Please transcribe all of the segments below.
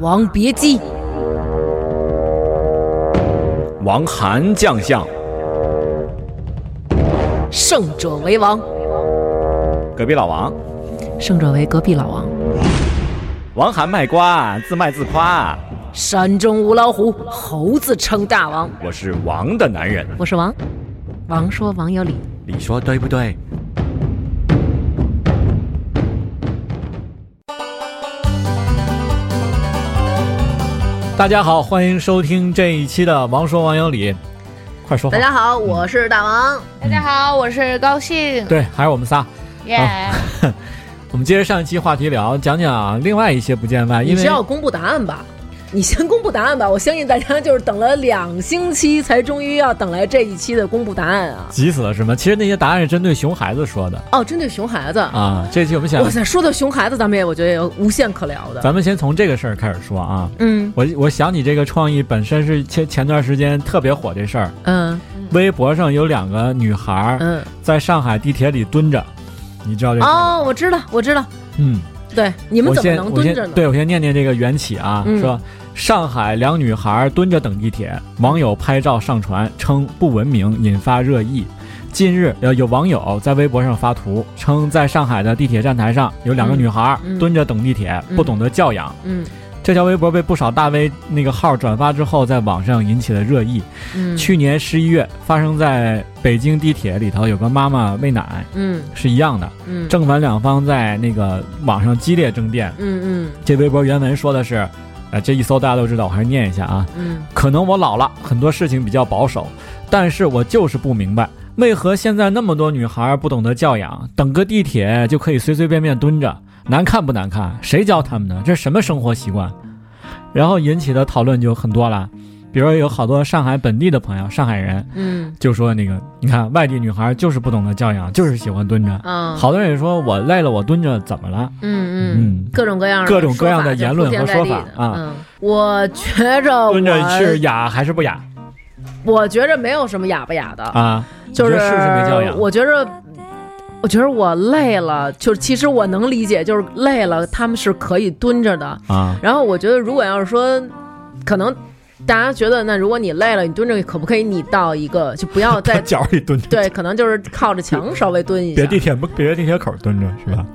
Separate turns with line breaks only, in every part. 王别姬、
王韩将相。
胜者为王，
隔壁老王，
胜者为隔壁老王。
王韩卖瓜，自卖自夸。
山中无老虎，猴子称大王。
我是王的男人，
我是王，王说王有理。
你说对不对？
大家好，欢迎收听这一期的《王说王有理》，快说话
大。家好，我是大王。
大家好，我是高兴，
对，还是我们仨。
耶、
我们接着上一期话题聊，讲讲另外一些不见外，
你
因
是
为
要公布答案吧？你先公布答案吧，我相信大家就是等了两星期，才终于要等来这一期的公布答案啊！
急死了是吗？其实那些答案是针对熊孩子说的
哦，针对熊孩子，
啊。这期我们想
哇，塞，说到熊孩子，咱们也我觉得也有无限可聊的。
咱们先从这个事儿开始说啊。
嗯
我我想起这个创意本身是前前段时间特别火这事儿，
嗯
微博上有两个女孩儿
嗯，
在上海地铁里蹲着，你知道这事儿吗？
哦，我知道，我知道，
嗯，
对，你们
我
怎么
先
能
我
蹲
先
着呢？
对，我先念念这个缘起啊，
嗯
说上海两女孩蹲着等地铁，网友拍照上传称不文明，引发热议。近日，呃，有网友在微博上发图，称在上海的地铁站台上有两个女孩
嗯嗯
蹲着等地铁，
嗯
不懂得教养。
嗯
这条微博被不少大 V 那个号转发之后，在网上引起了热议。
嗯
去年十一月，发生在北京地铁里头，有个妈妈喂奶
嗯
是一样的，
嗯
正反两方在那个网上激烈争辩。
嗯
这微博原文说的是，呃，这一搜大家都知道，我还是念一下啊。
嗯嗯
可能我老了，很多事情比较保守，但是我就是不明白，为何现在那么多女孩不懂得教养，等个地铁就可以随随便便蹲着，难看不难看？谁教她们的？这什么生活习惯？然后引起的讨论就很多了，比如有好多上海本地的朋友，上海人
嗯
就说那个，你看外地女孩就是不懂得教养，就是喜欢蹲着。
嗯，
好多人也说我累了，我蹲着怎么了？
嗯嗯，各种各样的
各种各样
说法
的
就
言论
铺天
和
盖
说
地
法
的
啊
嗯，我觉着
蹲着
我
是雅还是不雅
我觉着没有什么哑不哑的，
啊？
就
你
是
觉得是不是没教养
我觉着，我觉着我累了，就是其实我能理解，就是累了，他们是可以蹲着的。
啊，
然后我觉得，如果要是说，可能大家觉得，那如果你累了，你蹲着可不可以？你到一个就不要 再
脚里蹲着，
对，可能就是靠着墙稍微蹲一下。
铁不别地铁口蹲着是吧？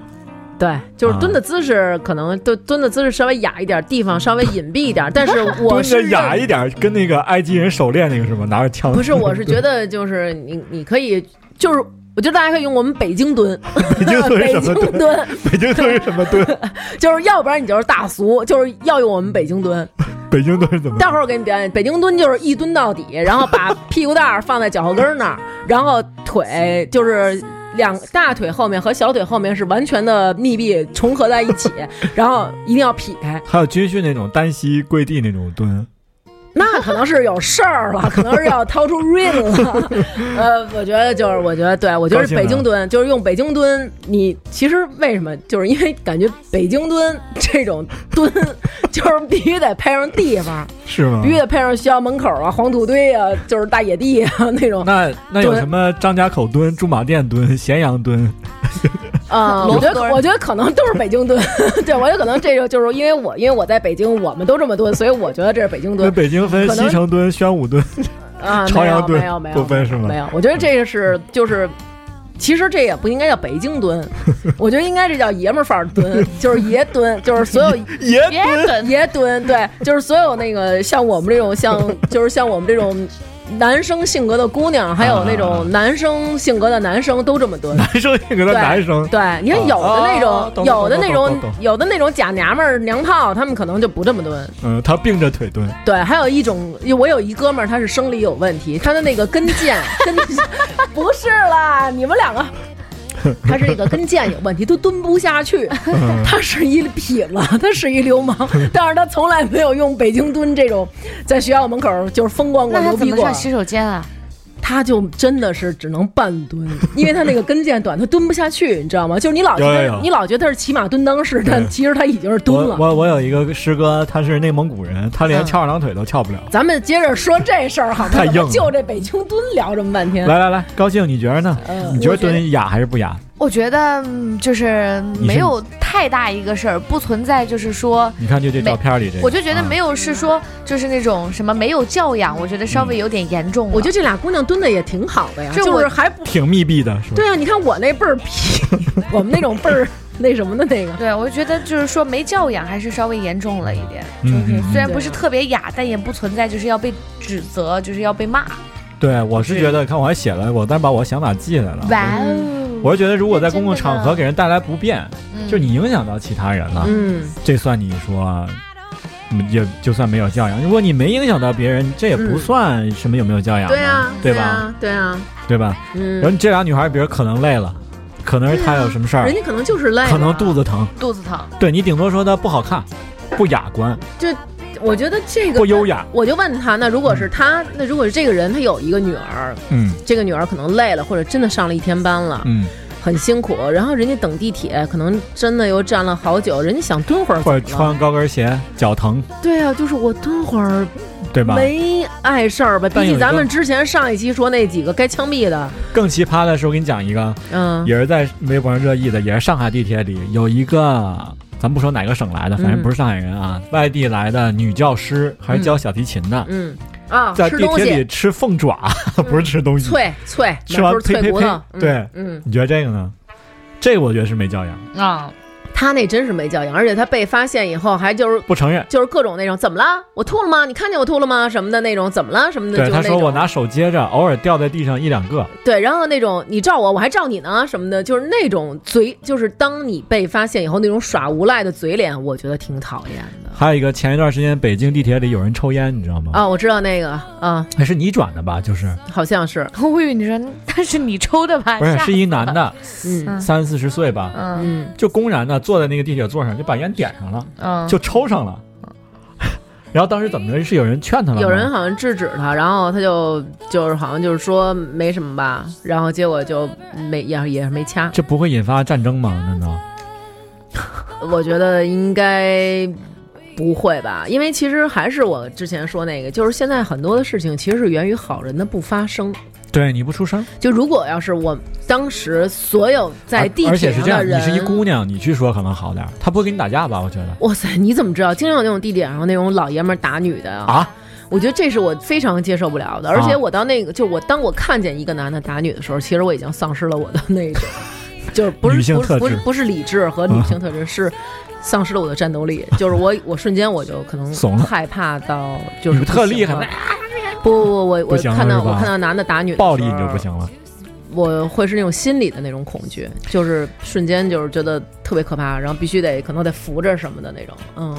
对，就是
啊
蹲的姿势，可能蹲蹲的姿势稍微雅一点，地方稍微隐蔽一点。但 是我
蹲着
是嗯
雅一点，跟那个埃及人狩猎那个是吗？拿着枪
不是，我是觉得就是你你可以就是。我觉得大家可以用我们北京 蹲，
北京蹲
北
是什么
京
蹲？
蹲，
北京蹲是什 么蹲？
就是要不然你就是大俗，就是要用我们北京蹲。
北京蹲是怎么？
待会儿我给你表演，北京蹲就是一蹲到底，然后把屁股蛋儿放在脚后跟儿那儿，然后腿就是。两大腿后面和小腿后面是完全的密闭重合在一起，然后一定要劈开。
还有军训那种单膝跪地那种蹲，
那可能是有事儿 了，可能是要掏出 ring 了。 呃，我觉得就是，我觉得对，我觉
高
得
兴
北京
了
蹲就是用北京蹲。你其实为什么？就是因为感觉北京蹲这种蹲， 就是必须得配上地方。
是吗
必须得配上学校门口啊、黄土堆啊，就是大野地啊那种。
那那有
蹲
什么张家口蹲、驻马店蹲、咸阳蹲？
嗯，我觉得
罗浮
我觉得可能都是北京蹲， 对我有可能这个就是因为我因为我在北京，我们都这么蹲，所以我觉得这是北京
那
蹲
北京分
可能
西城蹲、宣武蹲，
啊。
朝
没
阳
有
蹲
没有没
不
有
分是吗
没？有，我觉得这个是就是。其实这也不应该叫北京蹲， 我觉得应该这叫爷们儿范儿蹲，就是爷蹲，就是所有
也
别等
爷蹲，对，就是所有那个像我们这种 像，就是像我们这种男生性格的姑娘，还有那种男生性格的男生都这么蹲。
啊男生性格
对
的男生
对，你看有的那
哦
种，
懂懂懂
有的那
懂
种
懂懂，
有的那种假娘们儿、娘炮，他们可能就不这么蹲。
嗯，他并着腿蹲，
对，还有一种，我有一哥们儿，他是生理有问题，他的那个跟腱跟不是啦，你们两个。他是那个跟腱有问题，都蹲不下去。
嗯
他是一痞子，他是一流氓，但是他从来没有用北京蹲这种在学校门口就是风光过、
那他
牛
怎
逼
么
过
上。洗手间啊？
他就真的是只能半蹲，因为他那个跟腱短，他蹲不下去，你知道吗？就是你老觉
有有
得
有
你老觉得他是骑马蹲裆式，但其实他已经是蹲
我
了。
我我有一个师哥，他是内蒙古人，他连
嗯
翘二郎腿都翘不了。
咱们接着说这事儿好吗？
太硬了
怎么就这北京蹲聊这么半天。
来来来，高兴，你觉得呢？
嗯
你觉得蹲雅还是不雅？
我觉得嗯就是
你
没
是
有太大一个事儿，不存在就是说，
你看就这
没
照片里这个，啊
我就觉得没
有、
有是说就是那种什么没有教养，我觉得稍微有点严重了。
我觉得这俩姑娘蹲的也挺好的呀，
这
就
我
是还不
挺密闭的，是 吧？
对啊，你看我那倍儿皮， 我们那种倍 儿那什么的那个，
对，我觉得就是说没教养还是稍微严重了一点，就
嗯
是
嗯嗯
虽然不是特别雅，但也不存在就是要被指责，就是要被骂。
对，我是觉得，看我还写了，我当时把我想法记下来了。
哇哦，
我是觉得，如果在公共场
真的
合给人带来不便，
嗯
就是你影响到其他人了，
嗯，
这算你说，嗯也就算没有教养。如果你没影响到别人，这也不
嗯
算什么有没有教养嘛，
对啊，
对吧？
啊，对啊，
对吧？
嗯
然后，这俩女孩，比如可能累了，可能是她有什么事儿
人，家可能就是累了，
可能肚子疼，
肚子疼，
对你顶多说她不好看，不雅观，
我觉得这个
不优雅。
我就问他，那如果是他，那如果是这个人，他有一个女儿，
嗯
这个女儿可能累了，或者真的上了一天班了，
嗯，
很辛苦，然后人家等地铁，可能真的又站了好久，人家想蹲会儿，
或者
怎么了
穿高跟鞋脚疼，
对啊，就是我蹲会儿
对吧？
没碍事儿吧？
但
比
有一
起
个
咱们之前上一期说那几个该枪毙的，
更奇葩的是，我给你讲一个，
嗯
也是在微博上热议的，也是上海地铁里有一个，咱不说哪个省来的，反正
嗯
不是上海人啊，外地来的女教师，还是教小提琴的，
嗯啊，
在
吃
地
东
铁
西嗯
里吃凤爪， 不是吃东西。
脆脆，
吃完
满处是
呸
脆
呸
骨头，
呸，对，
嗯，
你觉得这个呢？这个我觉得是没教养，
啊，
他那真是没教养，而且他被发现以后还就是。
不承认。
就是各种那种怎么了？我吐了吗？你看见我吐了吗？什么的那种，怎么了？什么的，
对，
就
他
是那
说
种
我拿手接着，偶尔掉在地上一两个。
对，然后那种你照我，我还照你呢什么的，就是那种嘴，就是当你被发现以后那种耍无赖的嘴脸，我觉得挺讨厌的。
还有一个，前一段时间北京地铁里有人抽烟，你知道吗？
啊，我知道那个啊，
还是你转的吧？就是
好像是，
我以为你说 那是你抽的
哎
吧？
不是
吓
是一男的，
嗯
嗯
三四十岁吧，
嗯
嗯，
就公然的坐在那个地铁座上，就把烟点上了。
嗯，
就抽上了。 然后当时怎么着？是有人劝他了吗？
有人好像制止他，然后他就就是好像就是说没什么吧，然后结果就没也也是没掐。
这不会引发战争吗？难道？
我觉得应该不会吧，因为其实还是我之前说那个，就是现在很多的事情其实是源于好人的不发声。
对你不出声，
就如果要是我当时所有在
而
地
而
铁
且是
上
这
的人，
样，你是一姑娘，你去说可能好点儿，他不会跟你打架吧？我觉得
哇塞，你怎么知道？经常有那种地铁上那种老爷们儿打女的啊
啊，
我觉得这是我非常接受不了的。而且我到那个，就我当我看见一个男的打女的时候，其实我已经丧失了我的那 种，就是不
女
是
性
不是
特
不是
质
不是理智和女性特质，是丧失了我的战斗 力。就是我我瞬间我就可能
怂了
害怕到就是
你特厉害
不行了。不不不，我
不
我
行了
看到
是吧
我看到男的打女的
暴力你
时
就
候
不，行了。
我会是那种心理的那种恐惧，就是瞬间就是觉得特别可怕，然后必须得可能得扶着什么的那种，嗯。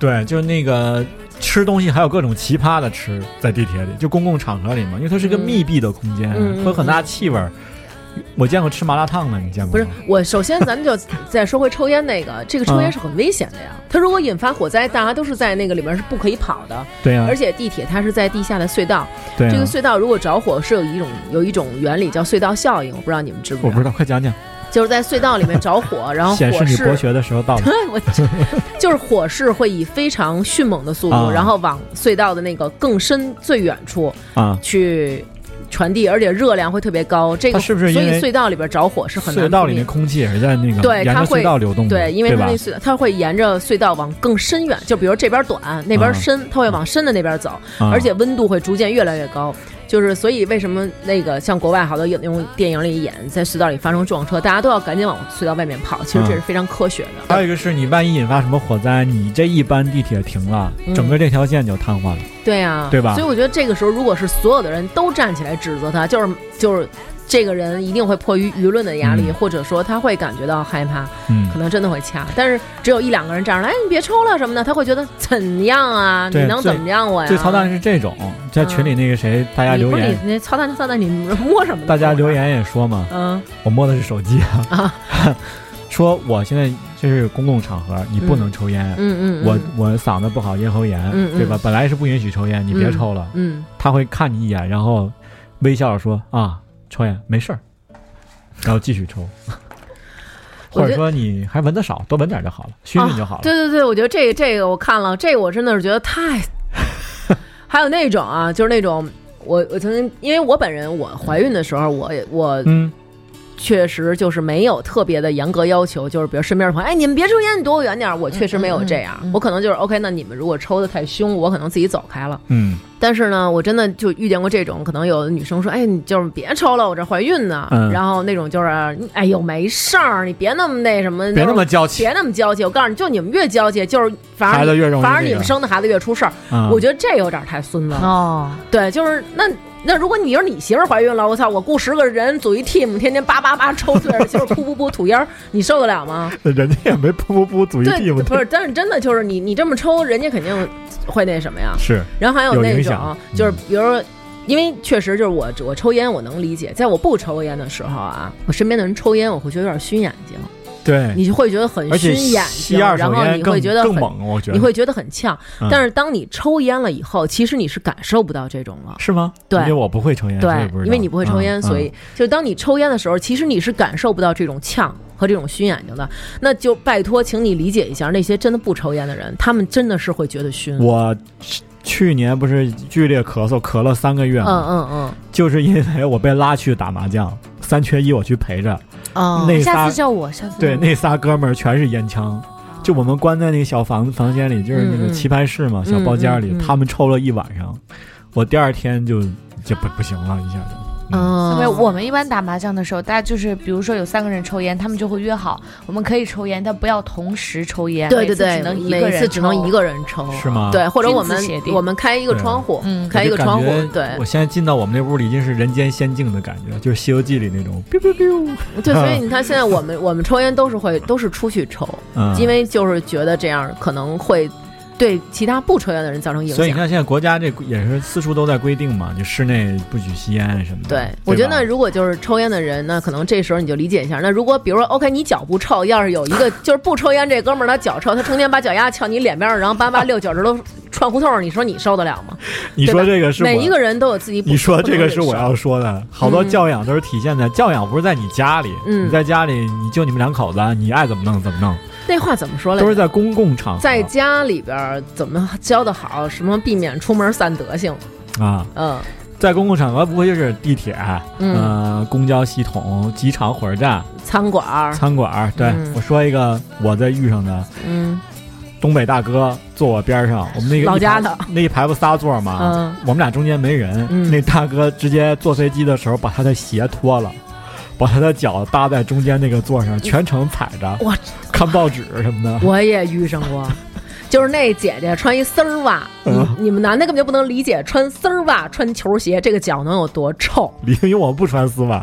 对，就是那个吃东西还有各种奇葩的吃，在地铁里，就公共场合里嘛，因为它是一个
嗯
密闭的空间，啊
嗯嗯
会有很大气味儿。我见过吃麻辣烫的，你见
不
过
是
吗？
我，首先咱们就再说回抽烟那个，这个抽
嗯
烟是很危险的呀。它如果引发火灾，大家都是在那个里面是不可以跑的，
对呀、
而且地铁它是在地下的隧道，
嗯对啊呀、
这个隧道如果着火是有一种有一种原理叫隧道效应，我不知道你们知不
我
知
不知
道，
道，快讲讲，
就是在隧道里面着火，然后
显示
火
你博
势。
学的时候到了。
我就是火势会以非常迅猛的速度，
啊
然后往隧道的那个更深最远处
啊，
去传递，而且热量会特别高。这个
它是不是
所以
因为
隧道里边着火是很难
隧道
扑
里
灭
面
的
空气也是在那个
对
沿着
它会
隧道流动的，
对，因为它
嗯吧
那？隧道，它会沿着隧道往更深远，就比如这边短，那边深，它会往深的那边走，
啊
而且温度会逐渐越来越高。就是所以为什么那个像国外好多有那种电影里演在隧道里发生撞车，大家都要赶紧往隧道外面跑，其实
啊
这是非常科学的。
还有一个是你万一引发什么火灾，你这一班地铁停了，
嗯
整个这条线就瘫痪了。
对啊，
对吧
所以我觉得这个时候，如果是所有的人都站起来指责他，就是就是。这个人一定会迫于舆论的压力，
嗯
或者说他会感觉到害怕，
嗯
可，能真的会掐。但是只有一两个人站出来，哎，你别抽了什么的，他会觉得怎样啊？你
对
能
最
怎么样我呀？嗯
最操蛋的是这种，在群里那个谁，大家
你
留
不是
言，
你你操蛋操蛋，你摸什么呢？
大家留言也说嘛，
嗯
我摸的是手机啊，
啊
说我现在这是公共场合，你不能抽烟。
嗯嗯，
我我嗓子不好，咽喉炎，
嗯嗯
对吧？本来是不允许抽烟，你别
嗯
抽了。
嗯
他会看你一眼，然后微笑着说啊，抽烟 没事儿，然后继续抽。
我
或
觉
者
得
说你还闻得少，多闻点儿就好了，熏熏就好了。
啊对对对，我觉得这个这个我看了，这个我真的是觉得 太，还有那种啊，就是那种我我曾经因为我本人我怀孕的时候，我也我
嗯，
确实就是没有特别的严格要求，就是比如身边的朋友，哎，你们别抽烟，你躲我远点儿。我确实没有这样，
嗯
我可能就是 OK，那你们如果抽的太凶，我可能自己走开了。
嗯
但是呢，我真的就遇见过这种，可能有的女生说：“哎，你就是别抽了，我这怀孕呢。
嗯
然后那种就是，哎呦，没事儿，你别那么那什么，
别那么娇气
别那么娇气。我告诉你，就你们越娇气，就是反而
孩子越容易
反而
那
你们
个
生的孩子越出事儿。
啊，
我觉得这有点太孙子了。
哦，
对，就是那那如果你是你媳妇儿怀孕了，我操，我雇十个人组一 team，天天叭叭叭抽对着，就是噗噗噗吐烟儿，你受得了 吗？
人家也没噗噗噗组一
对
屁，股，
不是，但是真的就是你你这么抽，人家肯定会那什么呀。
是
然后还有
有
那
影
种
响
就是比如说。因为确实就是我我抽烟我能理解，在我不抽烟的时候啊，我身边的人抽烟，我会觉得有点熏眼睛，
对，
你就会觉得很
哎而且
熏眼
吸
睛，
二
然
手
后
烟
你
更
会觉得
更
很
猛，我觉得
你会觉得很呛。
嗯
但是当你抽烟了以后，其实你是感受不到这种了。
是吗？
对
因为我不会抽烟，所以
对
哎不知，道
因为你不会抽烟，
嗯
所以
嗯
就是当你抽烟的时候，其实你是感受不到这种呛和这种熏眼睛的。那就拜托，请你理解一下那些真的不抽烟的人，他们真的是会觉得熏。
我去去年不是剧烈咳嗽，咳了三个月
嗯
吗？
嗯嗯，
就是因为我被拉去打麻将，三缺一我去陪着，
哦
那
下
仨
次叫我，下次
对
叫我
那仨哥们儿全是烟枪。就我们关在那个小房房间里，就是那
嗯
个
嗯
棋牌室嘛，小包间里，
嗯嗯嗯
他们抽了一晚上，我第二天就就不不行了，一下就，嗯，
没有，
嗯，
我们一般打麻将的时候，大家就是比如说有三个人抽烟，他们就会约好，我们可以抽烟，但不要同时抽烟，
对
每
对
次
对
只，能一
每
个
次
人，
只能一。个人抽，
是吗？
对，或者我们
君子协定
我们开一个窗户，
嗯，
开一个窗户，对
我现在进到我们那屋里，已经是人间仙境的感觉，就是《西游记》里那种，
对，所以你看现在我们我 们抽烟都是会都是出去抽，
嗯，
因为就是觉得这样可能会对其他不抽烟的人造成影
嗯所以你
响。
看，现在国家这也是四处都在规定嘛，就室内不许吸烟什么的。
对
吧，
我觉得如果就是抽烟的人呢，可能这时候你就理解一下。那如果比如说，OK，你脚不臭，要是有一个就是不抽烟这哥们儿，他脚臭，他成天把脚丫翘你脸边上，然后八八六脚趾头串胡同儿，你说你受得了吗？
你说这个是我
每一个人都有自己不。
你说这个是
不
我
能忍
要说的，好多
嗯
教养都是体现在教养不是在你家里，
嗯
你在家里你就你们两口子，你爱怎么弄怎么弄，
受那话怎么说来
都
着
是？在公共场合
在家里边儿怎么教的好，什么避免出门散德性，
啊，
嗯
在公共场合不会就是地铁、
嗯，
呃公交系统、机场、火车站、
餐馆儿，
餐馆儿。对、
嗯
我说一个我在遇上的
嗯
东北大哥坐我边上，我们那个
老
一排
家
啊
的
那一排不仨座吗？
嗯，
我们俩中间没人，
嗯
那大哥直接坐飞机的时候把他的鞋脱了，把他的脚搭在中间那个座
嗯
上，全程踩着，
哇
看报纸什么的。
我也遇上过。就是那姐姐穿一丝儿袜，
嗯
你你们男的根本就不能理解穿丝儿袜穿球鞋这个脚能有多臭。
李云勇我不穿丝袜，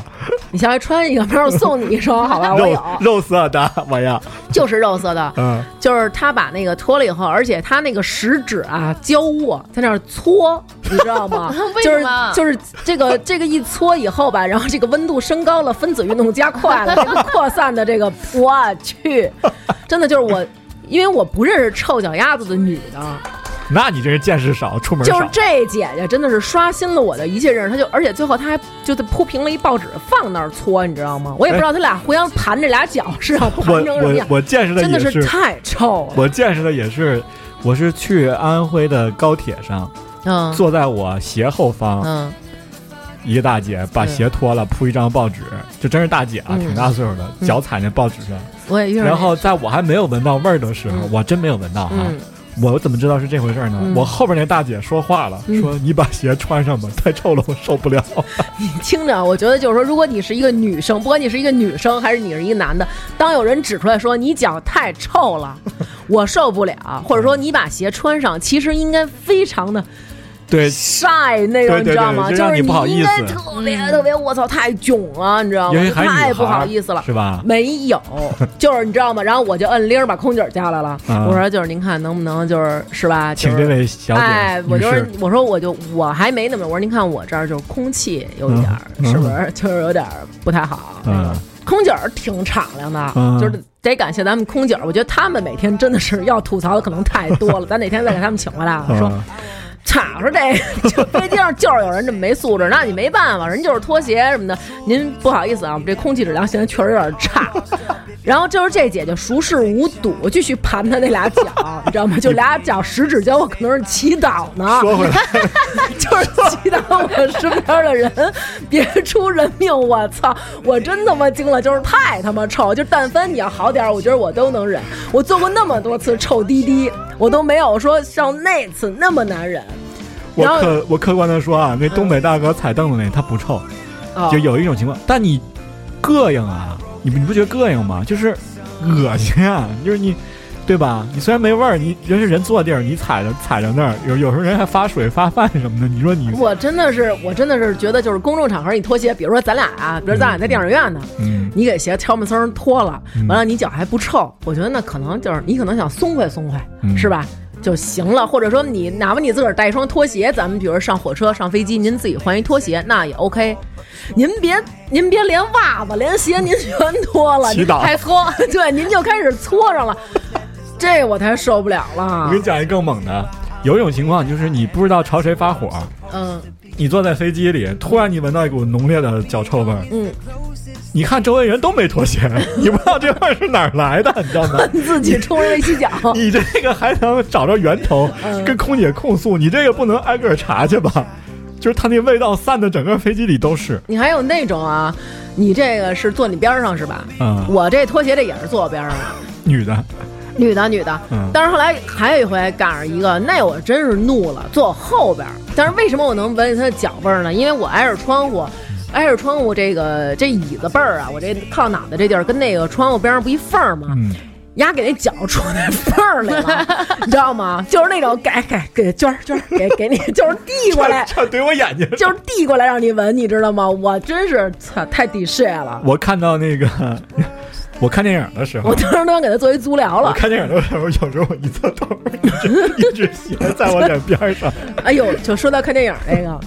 你下回穿一个，明儿我送你一双，好吧？啊我
肉
有，
肉色的，我要，
就是肉色的，
嗯，
就是他把那个脱了以后，而且他那个食指啊交握在那儿搓，你知道 吗
？为
就
什
是
么
就是这个这个一搓以后吧，然后这个温度升高了，分子运动加 快了，这个扩散的这个，我去，真的就是我。因为我不认识臭脚丫子的女的，
那你这是见识少，出门
就
少
是。这姐姐真的是刷新了我的一切认识。她就而且最后她还就是铺平了一报纸放那儿搓，你知道吗？我也不知道她俩互相盘这俩脚是要
哎我
盘成什么
我
样，
我见识的
真
也
的
是，
太臭了。
我见识的也是，我是去安徽的高铁上，
嗯
坐在我斜后方，
嗯，
一个大姐把鞋脱了，铺一张报纸，就真是大姐啊，
嗯
挺大岁数的，
嗯
脚踩那报纸上。
我也遇上。
然，后在我还没有闻到味儿的时候，
嗯
我真没有闻到哈，
嗯，
我怎么知道是这回事儿呢？
嗯
我后边那大姐说话了，
嗯
说你把鞋穿上吧，太臭了，我受不了。
听着，我觉得就是说，如果你是一个女生，不管你是一个女生还是你是一个男的，当有人指出来说你脚太臭了，我受不了，或者说你把鞋穿上，其实应该非常的
对，
晒那种，
对对对
你知道吗？
就
就
让
是
你不好
应该
意思
特别特别，我操，太囧了，你知道
尤
吗？
其
就
还是女孩
太
儿
不好意思了。
是吧？
没 有，就是你知道吗？然后我就摁铃儿把空姐儿叫来了，
啊
我说就是您看能不能就是是吧？就
请
是
这位小姐，
哎，我
女
就
士
是我说我就我还没那么，我说您看我这儿就是空气有一点儿，
嗯
是不是就是有点儿不太好？
嗯，
空姐儿挺敞亮的，
嗯
就是得感谢咱们空姐儿，我觉得他们每天真的是要吐槽的可能太多了，咱哪天再给他们请回来啊，说
嗯
吵说这这飞机上 就是有人这么没素质，那你没办法，人就是拖鞋什么的。您不好意思啊，我们这空气质量现在确实有点差。然后就是这姐姐熟视无睹，继续盘她那俩脚，你知道吗？就俩脚十指交，我可能是祈祷呢，
说回来，
就是祈祷我身边的人别出人命。我操，我真他妈惊了，就是太他妈臭。就但凡你要好点儿，我觉得我都能忍。我做过那么多次臭滴滴，我都没有说像那次那么难忍。
我
然后嗯
客我客观的说啊，那东北大哥踩凳子那他不臭，
哦
就有一种情况，但你膈应啊，你不你不觉得膈应吗？就是恶心啊，就是你，对吧？你虽然没味儿，你人是人坐地儿，你踩着踩着那儿，有有时候人还发水发饭什么的，你说你，
我真的是，我真的是觉得，就是公众场合你脱鞋，比如说咱俩啊，比如咱俩在电影院呢，
嗯，
你给鞋敲门声脱了
嗯，
完了你脚还不臭，我觉得那可能就是你可能想松快松快，
嗯
是吧？就行了，或者说你哪怕你自个儿带一双拖鞋，咱们比如上火车、上飞机，您自己换一拖鞋，那也 OK。您别您别连袜子连鞋您全脱了，
祈祷
还搓， 对，您就开始搓上了，这我才受不了
我
了
给。你讲一更猛的，有一种情况就是你不知道朝谁发火，
嗯
你坐在飞机里，突然你闻到一股浓烈的脚臭味儿，
嗯，
你看周围人都没脱鞋， 你不知道这味儿是哪儿来的，你知道吗？
自己冲了一洗脚，
你这个还能找着源头，跟空姐控诉，你这个不能挨个儿查去吧？就是他那味道散的整个飞机里都是，
你还有那种啊，你这个是坐你边儿上是吧？
嗯
我这拖鞋这也是坐我边儿上，啊
女的，
女的女的。
嗯，
但是后来还有一回赶上一个，那我真是怒了，坐我后边儿。但是为什么我能闻见她的脚味儿呢？因为我挨着窗户，挨着窗户这个这椅子背儿啊，我这靠脑袋这地儿跟那个窗户边上不一缝儿吗？
嗯，
丫给那脚戳那缝儿里了，你知道吗？就是那种给给给娟儿娟儿给给你就是递过来，
这怼我眼睛。
就是递过来让你闻，你知道吗？我真是操太 d i s 了。
我看到那个，我看电影的时候
我，当时都想给他作为足疗
我
了，
看电影的时候，有时候我一侧头，一只一只鞋在我脸边上，
哎呦，就说到看电影这个，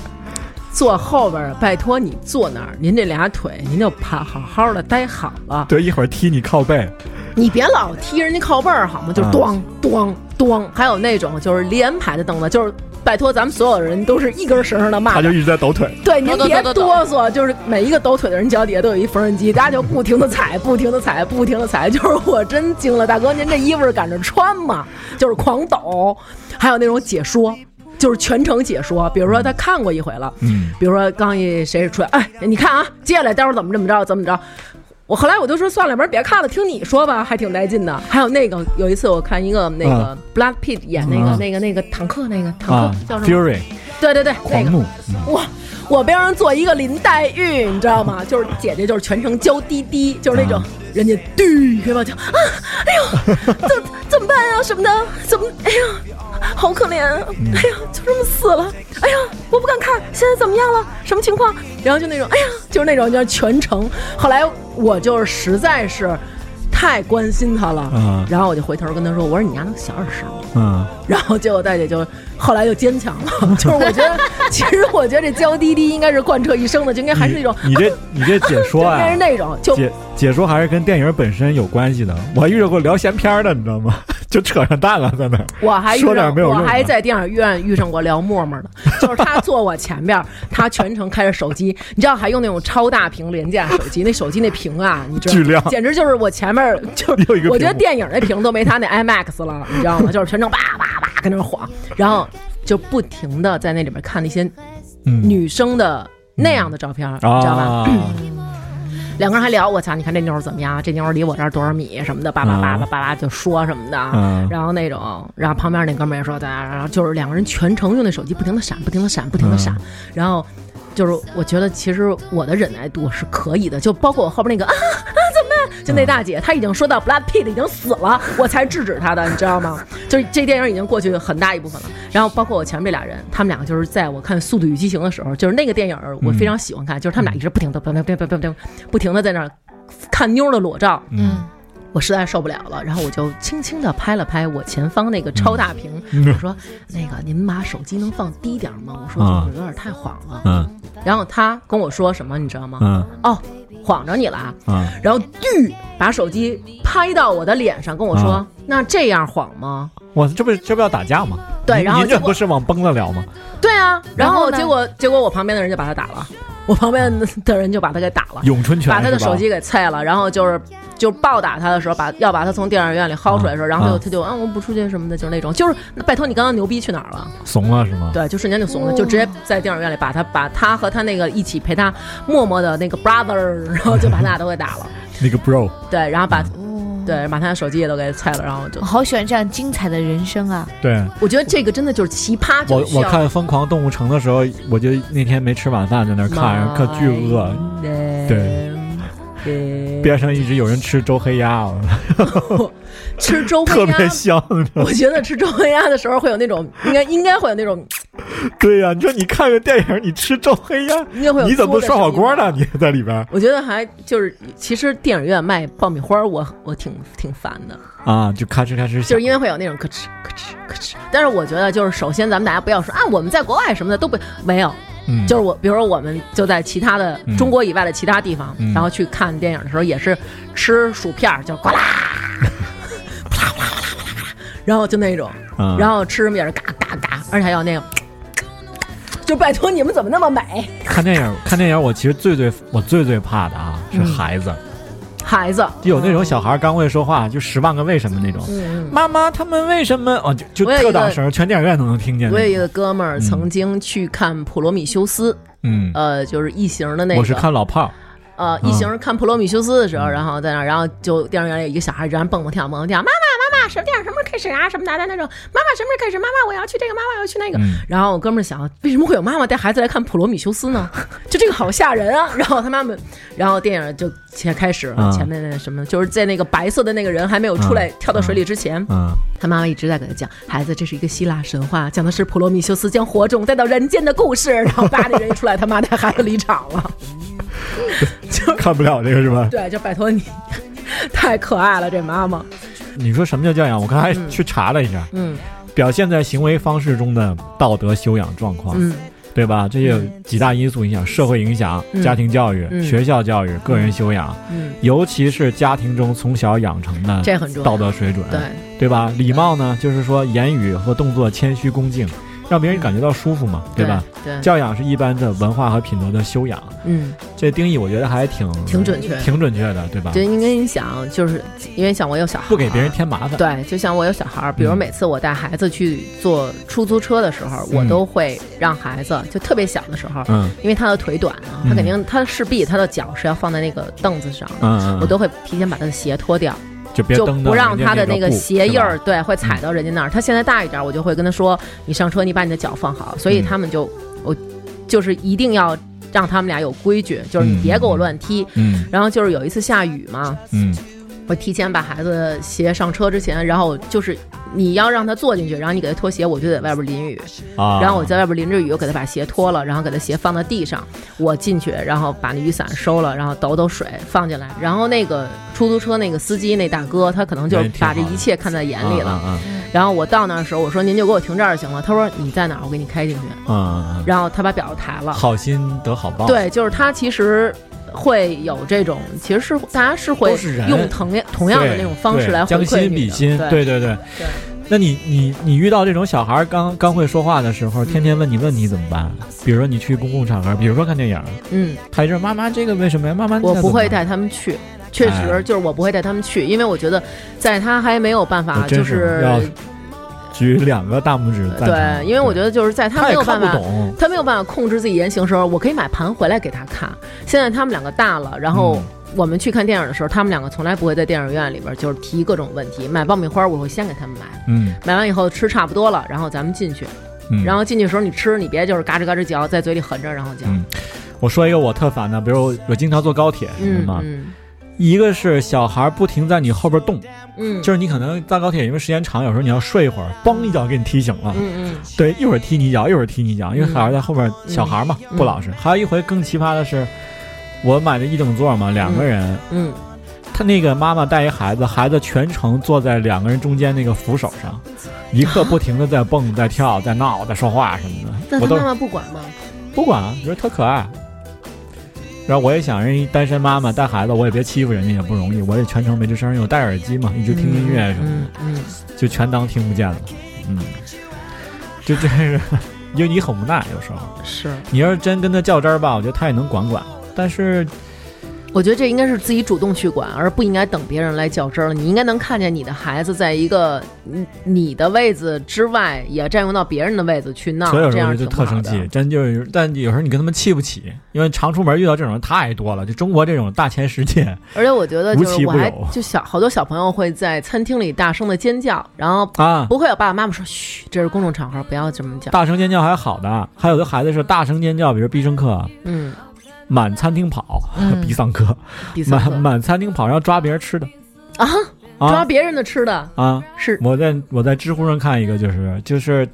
坐后边儿，拜托你坐那儿，您这俩腿您就趴好好的待好了，
对，一会儿踢你靠背，
你别老踢人家靠背儿好吗？就
啊
咣咣咣，还有那种就是连排的凳子，就是拜托咱们所有人都是一根绳上的
他
蚂
就
蚱。
一直在抖腿。
对，您
抖抖
别
抖抖
哆嗦，就是每一个抖腿的人脚底下都有一缝纫机，大家就不停的踩，不停的踩，不停的踩。 就是我真惊了，大哥，您这衣服是赶着穿吗？就是狂抖，还有那种解说，就是全程解说，比如说他看过一回了，
嗯，
比如说刚一谁出来，哎，你看啊，接下来待会儿怎么怎么着，怎么着。我后来我就说算了，要不然别看了，听你说吧，还挺带劲的。还有那个有一次我看一个那个 Black Pit 演那个、
啊
那个那个坦克那个坦克、
啊
叫什么？
，Fury
对对对，那
狂
个
怒，嗯
哇！我边上坐一个林黛玉，你知道吗？就是姐姐，就是全程娇滴滴，就是那种、
啊
人家滴给我就啊，哎呦，怎么怎么办呀、什么的，怎么哎呀，好可怜，
嗯
哎呀，就这么死了，哎呀，我不敢看，现在怎么样了？什么情况？然后就那种哎呀，就是那种就是全程。后来我就是实在是太关心她了，
啊
然后我就回头跟她说，我说你丫能小点声吗？
嗯，
然后结果大姐就后来就坚强了，就是我觉得，其实我觉得这娇滴滴应该是贯彻一生的，就应该还是那种，
你你这你这 解
就
说
应
啊
该是，那种，就
解解说还是跟电影本身有关系的。我还遇到过聊闲篇儿的，你知道吗？ 就扯上蛋了，在那儿
我还遇
说点
上
儿没有
我
用的
还在电影院遇上过聊沫沫 的，就是他坐我前边儿，他全程开着手机，你知道还用那种超大屏廉价手机，那手机那屏啊，你知道
巨亮
简直就是我前面儿就是
又一个
我觉得
屏幕
电影那屏都没他那 IMAX 了，你知道吗？就是全程叭叭叭跟那儿晃，然后就不停的在那里边看那些
嗯
女生的那样的照片儿，你知道吧？嗯
啊，
两个人还聊，我操，你看这妞儿怎么样？这妞儿离我这儿多少米什么的，叭叭叭叭叭叭就说什么的。
嗯
然后那种，然后旁边那哥们儿也说，哒，然后就是两个人全程用那手机不停的闪，不停的闪，不停的闪。然后就是我觉得其实我的忍耐度是可以的，就包括我后边那个啊啊怎么办？就
嗯
那大姐，她已经说到 Black Pit 已经死了，我才制止她的，你知道吗？就是这电影已经过去很大一部分了。然后包括我前面这俩人，他们两个就是在我看《速度与激情》的时候，就是那个电影儿我非
嗯
常喜欢看，就是他们俩一直不停的不停不停不停不停的在那儿看妞儿的裸照，
嗯
我实在受不了了，然后我就轻轻的拍了拍我前方那个超大屏，
嗯
我说：“那个您把手机能放低点儿吗？”我说：“
啊
我有点太晃了。
嗯
然后他跟我说什么，你知道吗？
嗯
哦，晃着你了啊！
嗯，
然后巨把手机拍到我的脸上，跟我说：“
啊
那这样晃吗
我这不是这不要打架吗？？”
对，
您
然后
您这
结
不
果
是往崩了聊吗？
对啊，然后
然后呢
结果结果我旁边的人就 把他打了，我旁边的人就把他给打了。
咏春拳
把他的
是吧
手机给碎了，然后就是就暴打他的时候，把要把他从电影院里薅出来的时候，然后他就
啊
他就啊我不出去什么的，就是那种，就是拜托你刚刚牛逼去哪儿了？
怂了是吗？
对，就瞬间就怂了，就直接在电影院里把他把他和他那个一起陪他默默的那个 brother，然后就把他俩都给打了，
那个 bro，
对，然后把对把他的手机也都给拆了，然后就
我好喜欢这样精彩的人 生啊！
对
我觉得这个真的就是奇葩，
我
就需
我
要
看《疯狂动物城》的时候，我就那天没吃晚饭，在那儿看，可巨饿，对
对
边上一直有人吃周黑鸭，我
吃周黑
特别
鸭。
香。
我觉得吃周黑鸭的时候会有那种，应该应该会有那种，
对呀、你说你看个电影，你吃周黑鸭，
应该会有。
你怎么不涮火锅呢？？你在里边
我觉得还就是，其实电影院卖爆米花儿我，我挺挺烦的，
啊，就咔哧咔哧响
就是因为会有那种咯吱咯吱咯吱。但是我觉得，就是首先咱们大家不要说啊，我们在国外什么的都不没有，
嗯
就是我，比如说我们就在其他的
嗯
中国以外的其他地方，
嗯
然后去看电影的时候，也是吃薯片儿，就 呱啦，啪啦啪啦啪啦啪啦，然后就那种，
啊
然后吃什么也是嘎嘎嘎，而且还有那个，就拜托你们怎么那么美，
看电影，看电影，我其实最最我最最怕的啊是孩子，
嗯孩子，
就有那种小孩刚会说话，就十万个为什么那种。
嗯，
妈妈，他们为什么哦，就就
我有一个
特大声，全电影院都能听见
我
那
有一
种。
个哥们儿曾经去看《普罗米修斯》，
嗯，
呃，就是异形的那个，
我是看老炮儿，
呃，
嗯
一行人看《普罗米修斯》的时候，然后在那儿，然后就电影院里有一个小孩在那蹦蹦跳蹦蹦跳，妈妈妈妈，什么电影什么时候开始啊？什么的的那种，妈妈什么时候开始？妈妈我要去这个，妈妈我要去那个。
嗯
然后我哥们儿想，为什么会有妈妈带孩子来看《普罗米修斯》呢？ 就这个好吓人啊！然后他妈妈，然后电影就先开始了，
嗯
前面那什么，就是在那个白色的那个人还没有出来
嗯
跳到水里之前，
嗯，
他妈妈一直在给他讲，孩子，这是一个希腊神话，讲的是普罗米修斯将火种带到人间的故事。然后叭，那人一出来，他妈带孩子离场了。
看不了这个是吧？
对，就拜托你， 太可爱了，这妈妈。
你说什么叫教养？我刚才去查了一下，
嗯
表现在行为方式中的道德修养状况，
嗯
对吧？这些有几大因素影响：社会影响、
嗯
家庭教育、
嗯
学校教育、个人修养，
嗯，
尤其是家庭中从小养成的
这很重
道
要。
德水准，
对，
对吧？礼貌呢，就是说言语和动作谦虚恭敬，让别人感觉到舒服嘛，对吧？？
嗯对，
教养是一般的文化和品德的修养，
嗯，
这定义我觉得还挺
挺准确。
挺准确的，对吧？
就因为你想，就是因为像我有小孩儿，
啊不给别人添麻烦。
对，就像我有小孩儿，比如
嗯
每次我带孩子去坐出租车的时候，我
嗯
都会让孩子就特别小的时候，
嗯
因为他的腿短啊，他肯定他势必他的脚是要放在那个凳子上的。
嗯嗯，
我都会提前把他的鞋脱掉，
就别
就
蹬到
不让
人家
他的那
那
个
布
鞋印，儿
是吧嗯
对会踩到人家那儿。他现在大一点儿，我就会跟他说：“你上车，你把你的脚放好。”所以
嗯
他们就我就是一定要让他们俩有规矩，就是你
嗯
别给我乱踢。
嗯
然后就是有一次下雨嘛，
嗯
我提前把孩子鞋上车之前，然后就是你要让他坐进去，然后你给他脱鞋，我就在外边淋雨。
啊，
然后我在外边淋着雨，我给他把鞋脱了，然后给他鞋放到地上，我进去，然后把那雨伞收了，然后抖抖水放进来，然后那个出租车那个司机那大哥，他可能就是
人挺
把
好
这一切看在眼里了。
嗯
然后我到那儿的时候，我说您就给我停这儿就行了。他说你在哪儿，我给你开进去。
嗯嗯嗯
然后他把表抬
嗯，
了。
好心得好报，，
对，就是他其实会有这种，其实是大家是会
都是人
用同样同样的那种方式来回
将
馈
心
你
比
的
心，
对
对对对。那你你你遇到这种小孩儿刚刚会说话的时候，天天问你问题怎么办？比如说你去公共场合，比如说看电影，
嗯，
他一阵妈妈这个为什么呀？妈妈
我不会
带，
带他们去，确
哎
实就是我不会带他们去，因为我觉得在他还没有办法，
哦我真
就是
要举两个大拇指赞成。
对，因为我觉得就是在他
他
没
也
有
看
办
不
法。
懂，
他没有办法控制自己言行的时候，我可以买盘回来给他看。现在他们两个大了，然后
嗯
我们去看电影的时候，他们两个从来不会在电影院里边就是提各种问题。买爆米花，我会先给他们买，
嗯
买完以后吃差不多了，然后咱们进去。
嗯。
然后进去的时候你吃，你别就是嘎吱嘎吱嚼，在嘴里含着然后嚼。
嗯我说一个我特烦的，比如我我经常坐高铁什么
嗯
的嘛，
嗯
一个是小孩儿不停在你后边动，
嗯，
就是你可能在高铁，因为时间长，有时候你要睡一会儿，嘣一脚给你踢醒了。
嗯
对，一会儿踢你一脚，一会儿踢你一脚，因为
嗯
小孩在后边，小孩嘛、
嗯
不老实。还有一回更奇葩的是，我买的一等座嘛，两个人，
嗯
他那个妈妈带一孩子，孩子全程坐在两个人中间那个扶手上，一刻不停的在蹦、在跳、在闹、在说话什么的，
嗯，但
我
他
都
妈妈不管吗？
不管，觉得特可爱。然后我也想，人一单身妈妈带孩子，我也别欺负人家也不容易，我也全程没吱声，因为我戴耳机嘛，一直听音乐什么的。
嗯嗯，
就全当听不见了。嗯，就这是， 因为你很无奈，有时候
嗯是。
你要是真跟他较真儿吧，我觉得他也能管管，但是
我我觉得这应该是自己主动去管，而不应该等别人来较真儿了。你应该能看见你的孩子在一个你你的位子之外，也占用到别人的位子去闹，
所以有
啊这
时候
样
就
挺不
特
好
生
的。
气，真就是，但有时候你跟他们气不起，因为常出门遇到这种人太多了，就中国这种大千世界，
而且我觉得，就
无
是
奇
我
不
还
有
就小好多小朋友会在餐厅里大声的尖叫，然后
啊，
不会有爸爸妈妈说：“嘘，这是公众场合，不要这么讲。
大声尖叫还好的，还有的孩子是大声尖叫，比如必胜客”
嗯，
满餐厅跑，
嗯
必胜客
第三
满
个
满餐厅跑，然后抓别人吃的
啊，抓
啊
别人的吃的
啊！
是
我在我在知乎上看一个，就是就是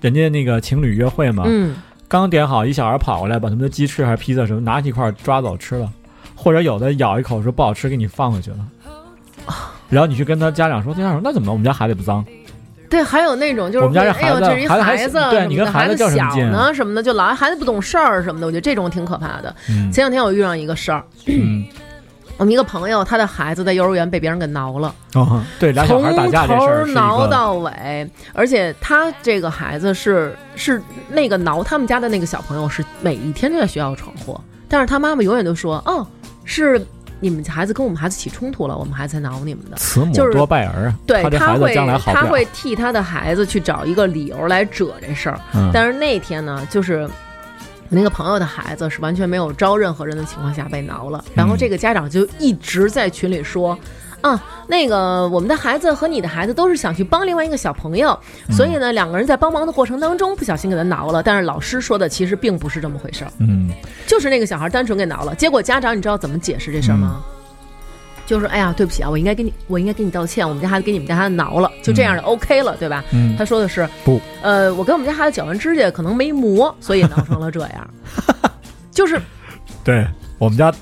人家那个情侣约会嘛，
嗯，
刚点好，一小孩跑过来，把他们的鸡翅还是披萨什么拿起一块抓走吃了，或者有的咬一口说不好吃，给你放回去了。
哦
然后你去跟他家长说，家长说那怎么了？我们家孩子也不脏，
对，还有那种就是
我们家这
哎呦，
孩子
这是一
孩子还
子什么的，
对你跟
孩
孩子较什么
小
劲啊
呢什么的，就老孩子不懂事儿什么的，我觉得这种挺可怕的。
嗯
前两天我遇上一个事儿，
嗯，
我们一个朋友他的孩子在幼儿园被别人给挠了。
哦，对，俩小
从
孩打架这
头
事儿是一
挠
个，
到尾，而且他这个孩子是是那个挠他们家的那个小朋友是每一天都在学校闯祸，但是他妈妈永远都说，哦，是你们孩子跟我们孩子起冲突了，我们孩子才挠你们的。
慈母
就是
多败儿啊，
对
怕这
他
孩子
会
将来好不
他
了。
会替他的孩子去找一个理由来惹这事儿，
嗯
但是那天呢，就是。那个朋友的孩子是完全没有招任何人的情况下被挠了，然后这个家长就一直在群里说，啊，那个我们的孩子和你的孩子都是想去帮另外一个小朋友，
嗯
所以呢，两个人在帮忙的过程当中不小心给他挠了，但是老师说的其实并不是这么回事儿，
嗯，
就是那个小孩单纯给挠了。结果家长你知道怎么解释这事儿吗？就是哎呀，对不起啊，我应该跟你，我应该跟你道歉，我们家孩子给你们家孩子挠了，就这样的、OK 了，对吧？
嗯
他说的是
不，
呃，我跟我们家孩子剪完指甲可能没磨，所以挠成了这 样。就是
对我们家